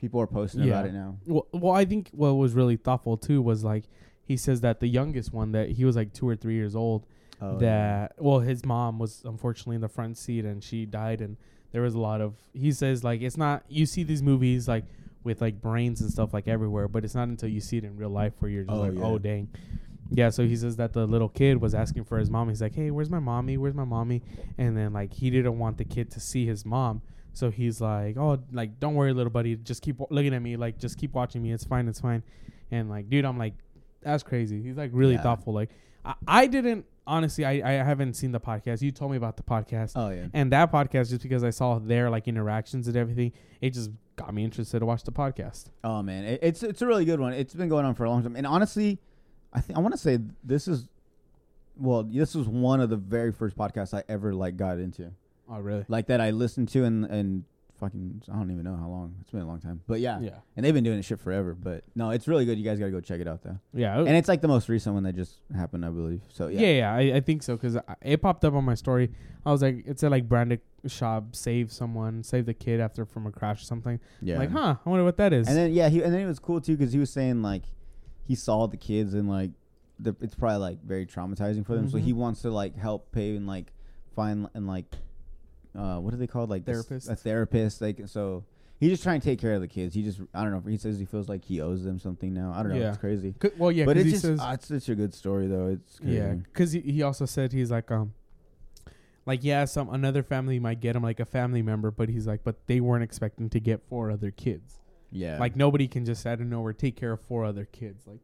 Speaker 2: People are posting
Speaker 1: Yeah.
Speaker 2: about it now.
Speaker 1: Well, well, I think what was really thoughtful too was like he says that the youngest one that he was like two or three years old
Speaker 2: Oh, yeah.
Speaker 1: that well his mom was unfortunately in the front seat and she died and there was a lot of he says like it's not you see these movies like with like brains and stuff like everywhere but it's not until you see it in real life where you're just
Speaker 2: Oh,
Speaker 1: like
Speaker 2: yeah.
Speaker 1: oh dang yeah so he says that the little kid was asking for his mom he's like hey where's my mommy where's my mommy and then like he didn't want the kid to see his mom so he's like oh like don't worry little buddy just keep wa- looking at me like just keep watching me it's fine it's fine and like dude i'm like that's crazy he's like really
Speaker 2: Yeah.
Speaker 1: thoughtful like I, I didn't honestly I, I haven't seen the podcast you told me about the podcast
Speaker 2: Oh yeah.
Speaker 1: and that podcast just because i saw their like interactions and everything it just got me interested to watch the podcast
Speaker 2: Oh man, it, it's it's a really good one. It's been going on for a long time, and honestly, I think I want to say this is, well, this was one of the very first podcasts I ever like got into,
Speaker 1: oh really
Speaker 2: like that I listened to and and fucking I don't even know how long. It's been a long time, but yeah,
Speaker 1: yeah
Speaker 2: And they've been doing this shit forever, but no, it's really good. You guys gotta go check it out though.
Speaker 1: yeah
Speaker 2: And it's like the most recent one that just happened, I believe. So
Speaker 1: yeah,
Speaker 2: yeah,
Speaker 1: yeah, I, I think so because it popped up on my story. I was like, it said like branded shop save someone, save the kid after from a crash or something.
Speaker 2: yeah.
Speaker 1: Like, huh? I wonder what that is.
Speaker 2: And then yeah, he and then it was cool too because he was saying like he saw the kids and like the, it's probably like very traumatizing for them. So
Speaker 1: Mhm.
Speaker 2: he wants to like help pay and like find and like uh what are they called like this-
Speaker 1: Therapists.
Speaker 2: a therapist like so he's just trying to take care of the kids. He just I don't know. He says he feels like he owes them something now. I don't know.
Speaker 1: Yeah.
Speaker 2: It's crazy.
Speaker 1: C- well, yeah,
Speaker 2: but
Speaker 1: because
Speaker 2: it's
Speaker 1: he says,
Speaker 2: just ah, it's such a good story though. It's crazy.
Speaker 1: yeah, because he, he also said he's like, um, like yeah, some another family might get him like a family member, but he's like, but they weren't expecting to get four other kids.
Speaker 2: yeah.
Speaker 1: Like nobody can just out of nowhere take care of four other kids. Like,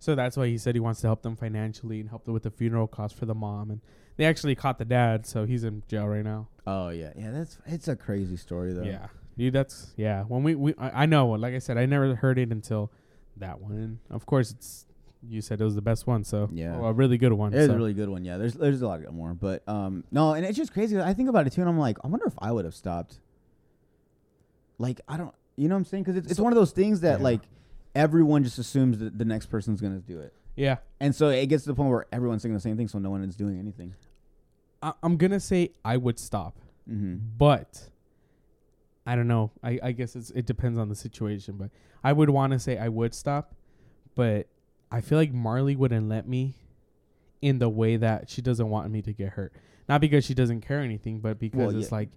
Speaker 1: so that's why he said he wants to help them financially and help them with the funeral costs for the mom. And they actually caught the dad, so he's in jail right now.
Speaker 2: oh yeah yeah that's it's a crazy story though.
Speaker 1: Yeah, dude, that's yeah. When we, we I, I know, like I said, I never heard it until that one. And of course, it's you said it was the best one, so
Speaker 2: Yeah.
Speaker 1: well, a really good one.
Speaker 2: It is
Speaker 1: so.
Speaker 2: a really good one. Yeah, there's there's a lot more, but um, no, and it's just crazy. I think about it too, and I'm like, I wonder if I would have stopped. Like I don't, you know what I'm saying? Because it's, it's one of those things that
Speaker 1: Yeah.
Speaker 2: like everyone just assumes that the next person's gonna do it,
Speaker 1: yeah.
Speaker 2: and so it gets to the point where everyone's saying the same thing, so no one is doing anything.
Speaker 1: I, I'm gonna say I would stop,
Speaker 2: Mm-hmm.
Speaker 1: but I don't know. I, I guess it's it depends on the situation, but I would want to say I would stop, but I feel like Marley wouldn't let me in the way that she doesn't want me to get hurt. Not because she doesn't care anything, but because
Speaker 2: Well,
Speaker 1: it's
Speaker 2: yeah.
Speaker 1: like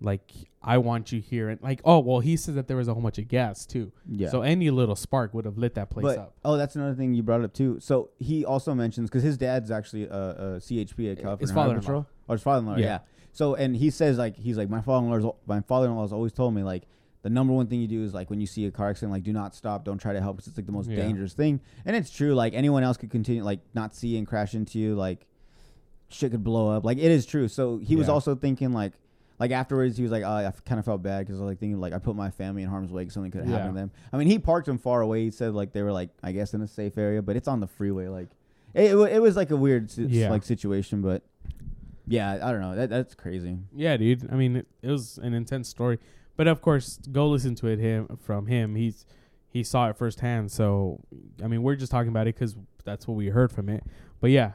Speaker 1: like I want you here and like oh well he said that there was a whole bunch of gas too.
Speaker 2: Yeah.
Speaker 1: So any little spark would have lit that place up.
Speaker 2: oh, that's another thing you brought up too. So he also mentions because his dad's actually a, a CHP at California Highway
Speaker 1: father-in-law.
Speaker 2: Patrol, or his father-in-law.
Speaker 1: Yeah.
Speaker 2: Yeah. So and he says like he's like my father-in-law my father-in-law has always told me like the number one thing you do is like when you see a car accident like do not stop don't try to help 'cause it's like the most
Speaker 1: Yeah.
Speaker 2: dangerous thing and it's true like anyone else could continue like not see and crash into you like shit could blow up like it is true. So he was
Speaker 1: Yeah.
Speaker 2: also thinking like. Like afterwards, he was like, oh, "I kind of felt bad because I was like thinking like I put my family in harm's way 'cause something could have
Speaker 1: Yeah.
Speaker 2: happened to them." I mean, he parked them far away. He said like they were like I guess in a safe area, but it's on the freeway. Like it, it, wa- it was like a weird si-
Speaker 1: Yeah.
Speaker 2: like situation, but yeah, I don't know. That that's crazy.
Speaker 1: Yeah, dude. I mean, it, it was an intense story, but of course, go listen to it him from him. He's he saw it firsthand. So, I mean, we're just talking about it because that's what we heard from it. But yeah,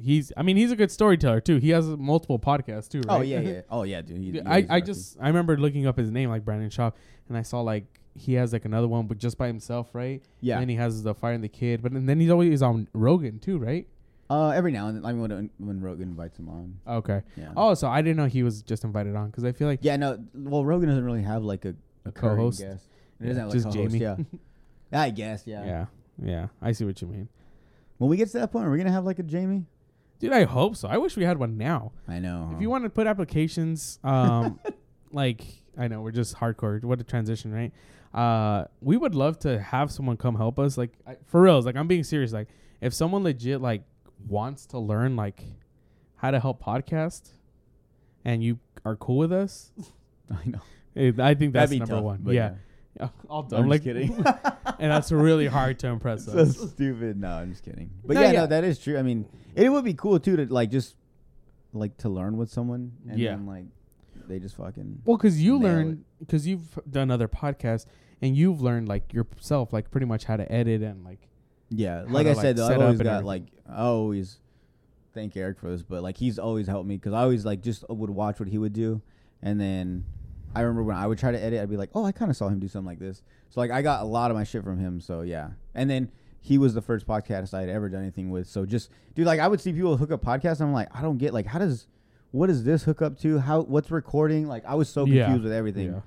Speaker 1: he's. I mean, he's a good storyteller too. He has multiple podcasts too. Right?
Speaker 2: Oh yeah, yeah. Oh yeah, dude. He-
Speaker 1: Dude,
Speaker 2: he
Speaker 1: I
Speaker 2: is
Speaker 1: I
Speaker 2: lucky.
Speaker 1: just I remember looking up his name like Brandon Shaw, and I saw like he has like another one, but just by himself, right?
Speaker 2: yeah.
Speaker 1: And then he has the fire and the kid, but and then he's always on Rogan too, right?
Speaker 2: uh, every now and then, like when when Rogan invites him on.
Speaker 1: Okay.
Speaker 2: Yeah.
Speaker 1: Oh, so I didn't know he was just invited on because I feel like
Speaker 2: Yeah. No. Well, Rogan doesn't really have like a,
Speaker 1: A
Speaker 2: current
Speaker 1: co-host?
Speaker 2: guest. It
Speaker 1: Yeah,
Speaker 2: doesn't have like
Speaker 1: just
Speaker 2: co-host,
Speaker 1: Jamie.
Speaker 2: Yeah. I guess. Yeah.
Speaker 1: yeah, yeah. I see what you mean.
Speaker 2: When we get to that point, are we gonna have like a Jamie?
Speaker 1: Dude, I hope so. I wish we had one now.
Speaker 2: I know.
Speaker 1: If you want to put applications, um, like I know we're just hardcore. What a transition, right? Uh, we would love to have someone come help us. Like I, for reals. Like I'm being serious. Like if someone legit like wants to learn like how to help podcast, and you are cool with us,
Speaker 2: I know.
Speaker 1: eh, I think that's
Speaker 2: That'd be
Speaker 1: number
Speaker 2: tough,
Speaker 1: one.
Speaker 2: but
Speaker 1: Yeah, all
Speaker 2: I'm
Speaker 1: done.
Speaker 2: just
Speaker 1: like,
Speaker 2: kidding.
Speaker 1: and that's really hard to impress
Speaker 2: so
Speaker 1: us.
Speaker 2: stupid. No, I'm just kidding. But
Speaker 1: No,
Speaker 2: yeah,
Speaker 1: yeah.
Speaker 2: no, that is true. I mean, it would be cool too to like just like to learn with someone and
Speaker 1: Yeah.
Speaker 2: then like they just fucking
Speaker 1: Well, because you
Speaker 2: Nail
Speaker 1: learned, because you've done other podcasts and you've learned like yourself, like pretty much how to edit and like
Speaker 2: yeah.
Speaker 1: how
Speaker 2: Like
Speaker 1: to,
Speaker 2: I
Speaker 1: like,
Speaker 2: said, though,
Speaker 1: set
Speaker 2: I've
Speaker 1: up
Speaker 2: always
Speaker 1: and
Speaker 2: got
Speaker 1: everything.
Speaker 2: like I always thank Eric for this, but like he's always helped me because I always like just would watch what he would do and then I remember when I would try to edit, I'd be like, oh, I kind of saw him do something like this. So like I got a lot of my shit from him. So yeah, and then he was the first podcast I had ever done anything with. So just dude, like I would see people hook up podcasts. And I'm like, I don't get like how does what does this hook up to? How what's recording? Like I was so confused
Speaker 1: Yeah.
Speaker 2: with everything.
Speaker 1: Yeah.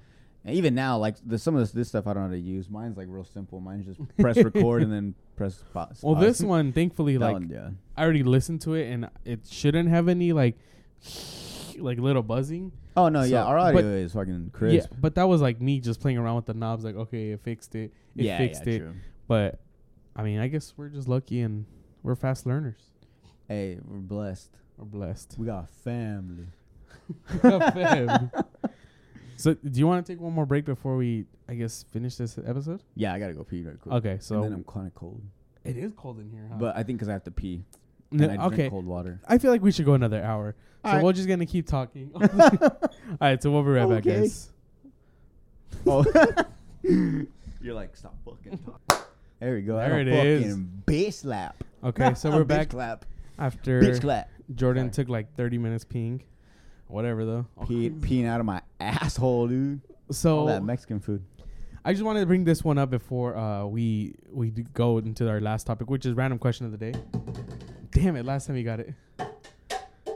Speaker 2: And even now, like the, some of this this stuff I don't know how to use. Mine's like real simple. Mine's just press record and then press pause.
Speaker 1: Well, this one, thankfully,
Speaker 2: That
Speaker 1: like
Speaker 2: one, yeah.
Speaker 1: I already listened to it, and it shouldn't have any like like little buzzing.
Speaker 2: Oh no, yeah,
Speaker 1: so-
Speaker 2: our audio
Speaker 1: but-
Speaker 2: is fucking crisp.
Speaker 1: Yeah, but that was like me just playing around with the knobs. Like, okay, it fixed it. It fixed it.
Speaker 2: true.
Speaker 1: But I mean, I guess we're just lucky and we're fast learners.
Speaker 2: Hey, we're blessed.
Speaker 1: We're blessed.
Speaker 2: We got family.
Speaker 1: so, do you want to take one more break before we, I guess, finish this episode?
Speaker 2: Yeah, I gotta go pee right quick.
Speaker 1: Okay,
Speaker 2: So and then
Speaker 1: so
Speaker 2: I'm kind of cold,
Speaker 1: it is cold in here, huh?
Speaker 2: but I think because I have to pee.
Speaker 1: No,
Speaker 2: and I drink
Speaker 1: okay,
Speaker 2: cold water.
Speaker 1: I feel like we should go another hour. So
Speaker 2: Alright.
Speaker 1: we're just gonna keep talking. All right, so we'll be right back,
Speaker 2: Okay.
Speaker 1: guys.
Speaker 2: Oh. You're like, stop fucking talking. There we go. I
Speaker 1: There
Speaker 2: don't
Speaker 1: it is.
Speaker 2: fucking Bitch slap.
Speaker 1: Okay, so we're
Speaker 2: Bitch
Speaker 1: back
Speaker 2: Clap.
Speaker 1: after
Speaker 2: Bitch clap.
Speaker 1: Jordan
Speaker 2: Sorry.
Speaker 1: took like 30 minutes peeing, whatever though.
Speaker 2: Pee, peeing out of my asshole, dude. All that
Speaker 1: So
Speaker 2: Mexican food.
Speaker 1: I just wanted to bring this one up before uh, we we do go into our last topic, which is random question of the day. Damn it! Last time you got it.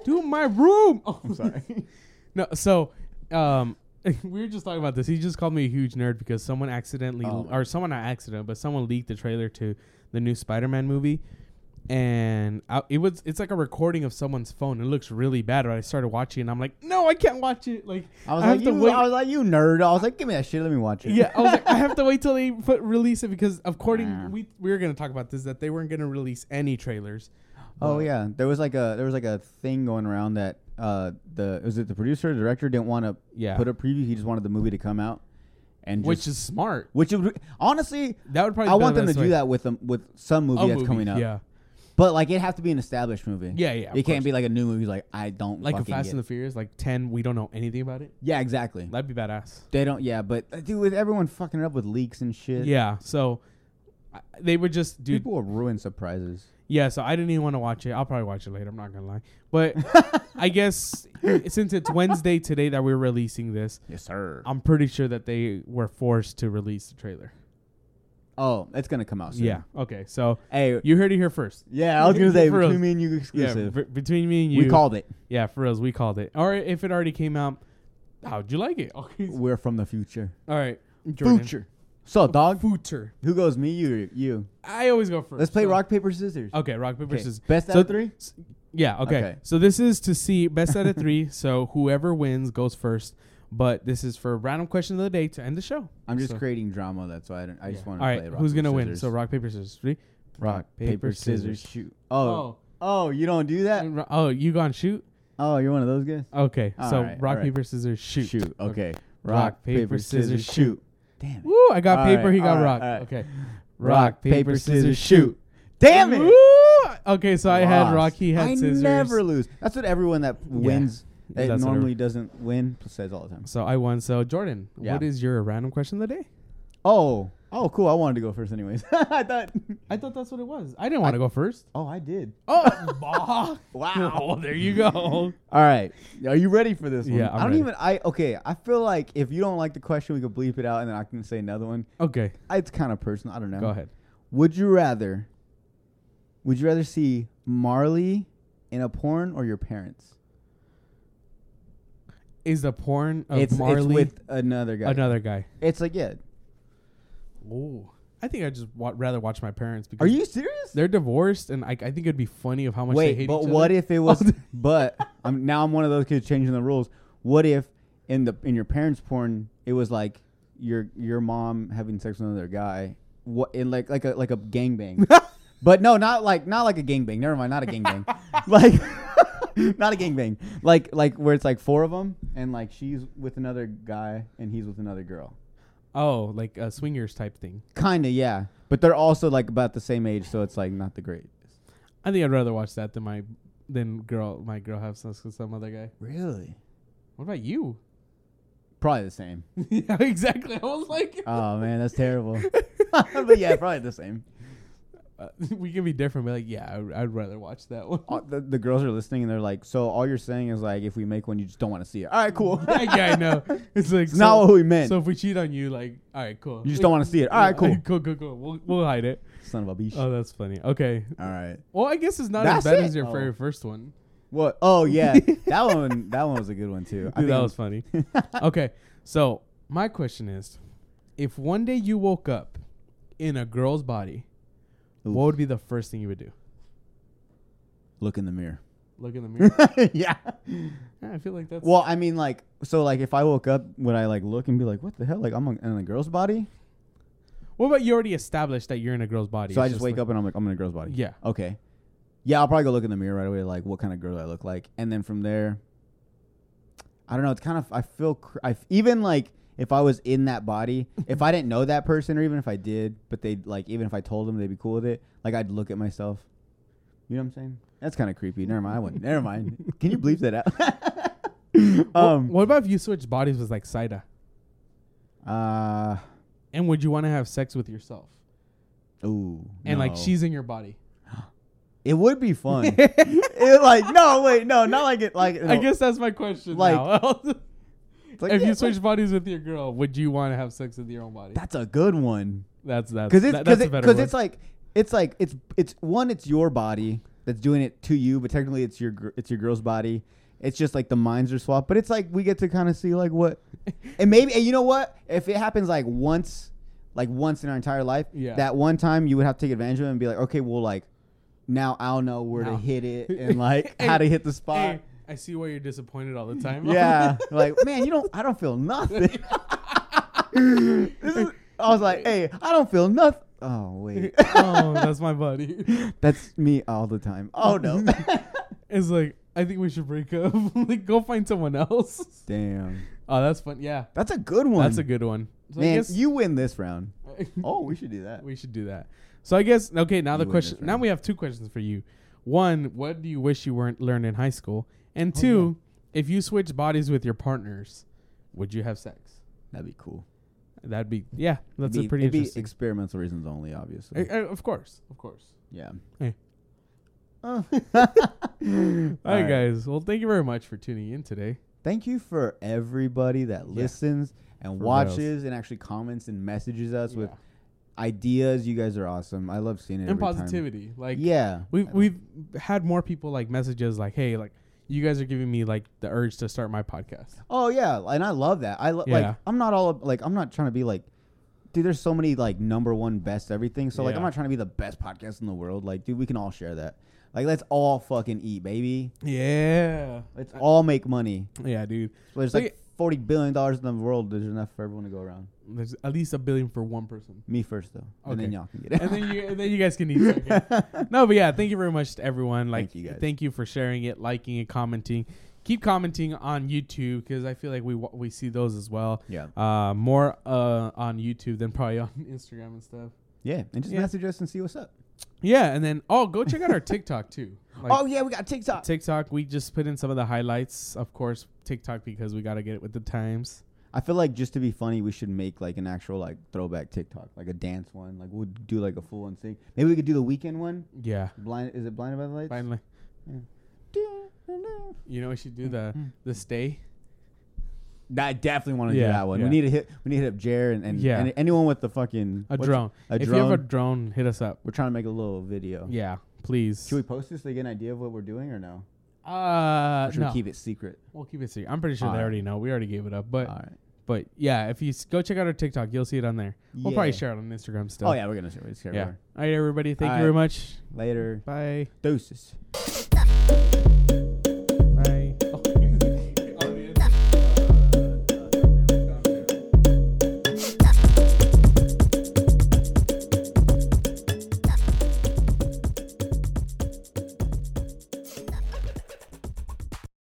Speaker 1: Do my room. Oh,
Speaker 2: I'm sorry.
Speaker 1: no, so um, we were just talking about this. He just called me a huge nerd because someone accidentally,
Speaker 2: Oh.
Speaker 1: or someone not accident, but someone leaked the trailer to the new Spider-Man movie, and I, it was it's like a recording of someone's phone. It looks really bad. But I started watching, and I'm like, no, I can't watch it. Like
Speaker 2: I was
Speaker 1: I
Speaker 2: like,
Speaker 1: have to
Speaker 2: you,
Speaker 1: wait.
Speaker 2: I was like, you nerd. I was like, give me that shit. Let me watch it.
Speaker 1: yeah, I was like, I have to wait till they put release it because, according
Speaker 2: Nah.
Speaker 1: we we were gonna talk about this that they weren't gonna release any trailers.
Speaker 2: Oh
Speaker 1: But-
Speaker 2: yeah, there was like a there was like a thing going around that uh the was it the producer or director didn't want to
Speaker 1: Yeah.
Speaker 2: put a preview. He just wanted the movie to come out, and
Speaker 1: which
Speaker 2: just-
Speaker 1: is smart.
Speaker 2: which would, honestly
Speaker 1: That would probably.
Speaker 2: I
Speaker 1: be
Speaker 2: want
Speaker 1: the
Speaker 2: them to
Speaker 1: best way.
Speaker 2: do that with them with some movie
Speaker 1: A
Speaker 2: that's
Speaker 1: movie,
Speaker 2: coming up.
Speaker 1: Yeah,
Speaker 2: But like it have to be an established movie.
Speaker 1: yeah, yeah. of
Speaker 2: it can't
Speaker 1: course.
Speaker 2: be like a new movie. Like I don't
Speaker 1: like a
Speaker 2: fucking
Speaker 1: Fast
Speaker 2: get
Speaker 1: and
Speaker 2: it.
Speaker 1: the Furious, like ten. We don't know anything about it.
Speaker 2: yeah exactly.
Speaker 1: That'd be badass.
Speaker 2: They don't yeah, but uh, dude, with everyone fucking it up with leaks and shit,
Speaker 1: Yeah. So I- they would just do.
Speaker 2: people will ruin surprises.
Speaker 1: Yeah. So I didn't even want to watch it. I'll probably watch it later. I'm not gonna lie. But I guess since it's Wednesday today that we're releasing this,
Speaker 2: Yes sir.
Speaker 1: I'm pretty sure that they were forced to release the trailer.
Speaker 2: oh, it's gonna come out soon.
Speaker 1: Yeah. Okay. So
Speaker 2: Hey.
Speaker 1: you heard it here first.
Speaker 2: yeah, I was gonna say
Speaker 1: For real.
Speaker 2: between me and you
Speaker 1: Yeah.
Speaker 2: exclusive.
Speaker 1: b- between me and you,
Speaker 2: we called it.
Speaker 1: Yeah, for us, we called it. Or if it already came out, how'd you like it? Okay.
Speaker 2: We're from the future.
Speaker 1: All right.
Speaker 2: Future. So, dog,
Speaker 1: Future.
Speaker 2: who goes? Me, you, or you?
Speaker 1: I always go first.
Speaker 2: Let's play
Speaker 1: so-
Speaker 2: rock paper scissors.
Speaker 1: Okay, rock paper
Speaker 2: Okay,
Speaker 1: scissors.
Speaker 2: Best out
Speaker 1: So-
Speaker 2: of three.
Speaker 1: S- Yeah, okay.
Speaker 2: Okay.
Speaker 1: So this is to see best out of three. so whoever wins goes first. But this is for random question of the day to end the show.
Speaker 2: I'm just
Speaker 1: So-
Speaker 2: creating drama. That's why I, don't, I just
Speaker 1: yeah.
Speaker 2: want to
Speaker 1: All
Speaker 2: play.
Speaker 1: right,
Speaker 2: rock,
Speaker 1: who's
Speaker 2: paper,
Speaker 1: gonna win?
Speaker 2: scissors.
Speaker 1: So rock paper scissors. Three.
Speaker 2: rock paper scissors shoot. Oh,
Speaker 1: Oh,
Speaker 2: oh, you don't do that.
Speaker 1: and ro- oh, you gone shoot?
Speaker 2: Oh, you're one of those guys.
Speaker 1: Okay.
Speaker 2: All
Speaker 1: so
Speaker 2: right,
Speaker 1: rock
Speaker 2: all right.
Speaker 1: paper scissors shoot.
Speaker 2: Shoot. Okay.
Speaker 1: Rock, paper, scissors, shoot.
Speaker 2: Damn it.
Speaker 1: Woo! I got
Speaker 2: All
Speaker 1: paper.
Speaker 2: right,
Speaker 1: he got
Speaker 2: all right,
Speaker 1: rock.
Speaker 2: all right.
Speaker 1: Okay.
Speaker 2: Rock paper scissors shoot. Damn it.
Speaker 1: Woo! Okay, so I had
Speaker 2: Lost.
Speaker 1: rock. He had
Speaker 2: I
Speaker 1: scissors.
Speaker 2: never lose. That's what everyone that wins that
Speaker 1: That's what
Speaker 2: normally doesn't win says all the time.
Speaker 1: So I won. So Jordan,
Speaker 2: Yeah.
Speaker 1: what is your random question of the day?
Speaker 2: Oh. Oh, cool. I wanted to go first, anyways. I thought.
Speaker 1: I thought that's what it was. I didn't want to go first.
Speaker 2: Oh, I did.
Speaker 1: Oh, bah.
Speaker 2: Wow.
Speaker 1: Oh, there you go.
Speaker 2: All right. Are you ready for this one?
Speaker 1: Yeah, I'm
Speaker 2: I don't
Speaker 1: ready.
Speaker 2: even I okay, I feel like if you don't like the question, we could bleep it out and then I can say another one.
Speaker 1: Okay,
Speaker 2: It's kind of personal. I don't know.
Speaker 1: go ahead.
Speaker 2: Would you rather would you rather see Marley in a porn or your parents?
Speaker 1: Is the porn of
Speaker 2: it's
Speaker 1: Marley
Speaker 2: it's with another guy.
Speaker 1: another guy?
Speaker 2: It's like yeah.
Speaker 1: Ooh, I think I just wa- rather watch my parents because
Speaker 2: Are you serious?
Speaker 1: they're divorced, and I, I think it'd be funny of how much they
Speaker 2: Wait,
Speaker 1: hate
Speaker 2: but
Speaker 1: each
Speaker 2: what
Speaker 1: other.
Speaker 2: if it was but I'm now I'm one of those kids changing the rules. What if in the in your parents' porn it was like your your mom having sex with another guy? What in like like a like a gangbang. But no, not like not like a gangbang. Never mind, not a gangbang. like not a gangbang. Like like where it's like four of them and like she's with another guy and he's with another girl.
Speaker 1: oh, like a swingers type thing.
Speaker 2: Kind of, yeah. But they're also like about the same age, so it's like not the greatest.
Speaker 1: I think I'd rather watch that than my than girl my girl have sex with some other guy.
Speaker 2: Really?
Speaker 1: What about you?
Speaker 2: Probably the same.
Speaker 1: yeah, exactly. I was like,
Speaker 2: Oh man, that's terrible. but yeah, probably the same.
Speaker 1: Uh, we can be different. But like, yeah, I'd, I'd rather watch that one.
Speaker 2: All, the, the girls are listening and they're like, so all you're saying is like, if we make one, you just don't want to see it. All right, cool.
Speaker 1: yeah, yeah, I know. It's like
Speaker 2: It's not what we meant.
Speaker 1: So if we cheat on you, like, all right, cool.
Speaker 2: you just don't want to see it. All right, cool.
Speaker 1: cool, cool, cool. We'll, we'll hide it.
Speaker 2: Son of a bitch.
Speaker 1: Oh, that's funny. Okay.
Speaker 2: all right.
Speaker 1: Well, I guess it's not as
Speaker 2: That's
Speaker 1: bad
Speaker 2: it?
Speaker 1: as your
Speaker 2: Oh.
Speaker 1: very first one.
Speaker 2: What? Oh yeah, that one. That one was a good one too. I
Speaker 1: Dude, that
Speaker 2: think-
Speaker 1: was funny. okay, so my question is, if one day you woke up in a girl's body,
Speaker 2: Oof.
Speaker 1: what would be the first thing you would do?
Speaker 2: Look in the mirror.
Speaker 1: Look in the mirror.
Speaker 2: yeah.
Speaker 1: Yeah, I feel like that's
Speaker 2: Well, I mean, like, so, like, if I woke up, would I like look and be like, "What the hell? Like, I'm in a girl's body."
Speaker 1: What about you already established that you're in a girl's body?
Speaker 2: So I
Speaker 1: It's
Speaker 2: just wake
Speaker 1: like-
Speaker 2: up and I'm like, "I'm in a girl's body."
Speaker 1: Yeah.
Speaker 2: Okay. Yeah, I'll probably go look in the mirror right away. Like, what kind of girl do I look like? And then from there, I don't know. It's kind of I feel cr- I f- even like if I was in that body, if I didn't know that person, or even if I did, but they like even if I told them, they'd be cool with it. Like, I'd look at myself. You know what I'm saying? That's kind of creepy. Never mind. I wouldn't. Never mind. Can you bleep that out?
Speaker 1: Wha-
Speaker 2: um.
Speaker 1: what about if you switched bodies with like Saida?
Speaker 2: Uh.
Speaker 1: And would you want to have sex with yourself?
Speaker 2: Ooh.
Speaker 1: And like
Speaker 2: no.
Speaker 1: she's in your body.
Speaker 2: It would be fun. it like no, wait, no, not like it. Like
Speaker 1: I guess that's my question.
Speaker 2: Like-
Speaker 1: now.
Speaker 2: it's like,
Speaker 1: if
Speaker 2: yeah,
Speaker 1: you
Speaker 2: it's like-
Speaker 1: switch bodies with your girl, would you want to have sex with your own body?
Speaker 2: that's a good one.
Speaker 1: that's that's
Speaker 2: Because it's
Speaker 1: that-
Speaker 2: because
Speaker 1: that's a better one.
Speaker 2: it's like it's like it's it's one. It's your body that's doing it to you, but technically it's your gr- it's your girl's body. It's just like the minds are swapped, but it's like we get to kind of see like what, and maybe and you know what if it happens like once, like once in our entire life,
Speaker 1: Yeah.
Speaker 2: that one time you would have to take advantage of it and be like, okay, well, like now I'll know where
Speaker 1: No.
Speaker 2: to hit it and like how to hit the spot.
Speaker 1: Hey, I see why you're disappointed all the time.
Speaker 2: Yeah, like man, you don't. I don't feel nothing. this is, I was like, hey, I don't feel nothing. Oh wait,
Speaker 1: oh, that's my body.
Speaker 2: that's me all the time. Oh no,
Speaker 1: It's like I think we should break up. like go find someone else.
Speaker 2: damn,
Speaker 1: Oh, that's fun. Yeah,
Speaker 2: that's a good one.
Speaker 1: that's a good one. So I
Speaker 2: man.
Speaker 1: guess-
Speaker 2: You win this round. Oh, we should do that.
Speaker 1: we should do that. So I guess okay. Now
Speaker 2: You
Speaker 1: the
Speaker 2: win
Speaker 1: question.
Speaker 2: this
Speaker 1: Now
Speaker 2: round.
Speaker 1: we have two questions for you. One, what do you wish you weren't learned in high school?
Speaker 2: Oh,
Speaker 1: And two, if you switch bodies with your partners, would you have sex?
Speaker 2: That'd be cool.
Speaker 1: That'd be yeah. That's
Speaker 2: it'd be,
Speaker 1: a pretty
Speaker 2: it'd be
Speaker 1: interesting.
Speaker 2: experimental reasons only, obviously.
Speaker 1: Uh, uh, of course, of course.
Speaker 2: yeah.
Speaker 1: Hey.
Speaker 2: Oh.
Speaker 1: All right, guys. Well, thank you very much for tuning in today.
Speaker 2: Thank you for everybody that listens and
Speaker 1: For
Speaker 2: watches and actually comments and messages us with
Speaker 1: Yeah.
Speaker 2: ideas. You guys are awesome. I love seeing it.
Speaker 1: and
Speaker 2: every time.
Speaker 1: positivity. Like
Speaker 2: yeah.
Speaker 1: we've we've had more people like messages like, hey, like you guys are giving me like the urge to start my podcast.
Speaker 2: Oh yeah, and I love that. I lo-
Speaker 1: Yeah.
Speaker 2: like. I'm not all like. I'm not trying to be like. Dude, there's so many like number one best everything. So like,
Speaker 1: Yeah.
Speaker 2: I'm not trying to be the best podcast in the world. Like, dude, we can all share that. Like, let's all fucking eat, baby.
Speaker 1: Yeah,
Speaker 2: Let's all make money.
Speaker 1: yeah, dude.
Speaker 2: So there's
Speaker 1: Look
Speaker 2: like forty billion dollars in the world. There's enough for everyone to go around.
Speaker 1: There's at least a billion for one person.
Speaker 2: Me first though, and then
Speaker 1: Okay.
Speaker 2: y'all can
Speaker 1: and
Speaker 2: get it.
Speaker 1: then you and then you guys can eat. second. no, but yeah, thank you very much to everyone. Like,
Speaker 2: Thank you guys.
Speaker 1: thank you for sharing it, liking it, commenting. Keep commenting on YouTube because I feel like we wa- we see those as well.
Speaker 2: yeah,
Speaker 1: Uh, more uh, on YouTube than probably on Instagram and stuff.
Speaker 2: yeah, and just
Speaker 1: Yeah.
Speaker 2: message us and see what's up.
Speaker 1: Yeah, and then oh, go check out our TikTok too. Like,
Speaker 2: oh yeah, we got TikTok.
Speaker 1: TikTok, we just put in some of the highlights, of course, TikTok because we got to get it with the times.
Speaker 2: I feel like just to be funny, we should make like an actual like throwback TikTok, like a dance one. Like we'll do like a full one thing. Maybe we could do the weekend one.
Speaker 1: Yeah,
Speaker 2: Blind is it blinded by the lights?
Speaker 1: finally. You know, we should do the the stay.
Speaker 2: I definitely want to
Speaker 1: Yeah,
Speaker 2: do that one.
Speaker 1: yeah.
Speaker 2: We need to hit. We need to hit up Jer and, and,
Speaker 1: Yeah.
Speaker 2: and anyone with the fucking
Speaker 1: A
Speaker 2: what's-
Speaker 1: drone.
Speaker 2: A
Speaker 1: if
Speaker 2: drone.
Speaker 1: you have a drone, hit us up.
Speaker 2: We're trying to make a little video.
Speaker 1: Yeah, please.
Speaker 2: Should we post this so they get an idea of what we're doing or no?
Speaker 1: uh,
Speaker 2: Or should
Speaker 1: no.
Speaker 2: we keep it secret?
Speaker 1: We'll keep it secret. I'm pretty sure they
Speaker 2: Alright.
Speaker 1: already know. We already gave it up, but
Speaker 2: All right.
Speaker 1: but yeah, if you s- go check out our TikTok, you'll see it on there. We'll probably
Speaker 2: Yeah.
Speaker 1: share it on Instagram still.
Speaker 2: Oh yeah, we're gonna share. We're gonna share
Speaker 1: Yeah.
Speaker 2: more.
Speaker 1: All right, everybody. Thank you
Speaker 2: Alright.
Speaker 1: very much.
Speaker 2: later.
Speaker 1: Bye.
Speaker 2: Deuces.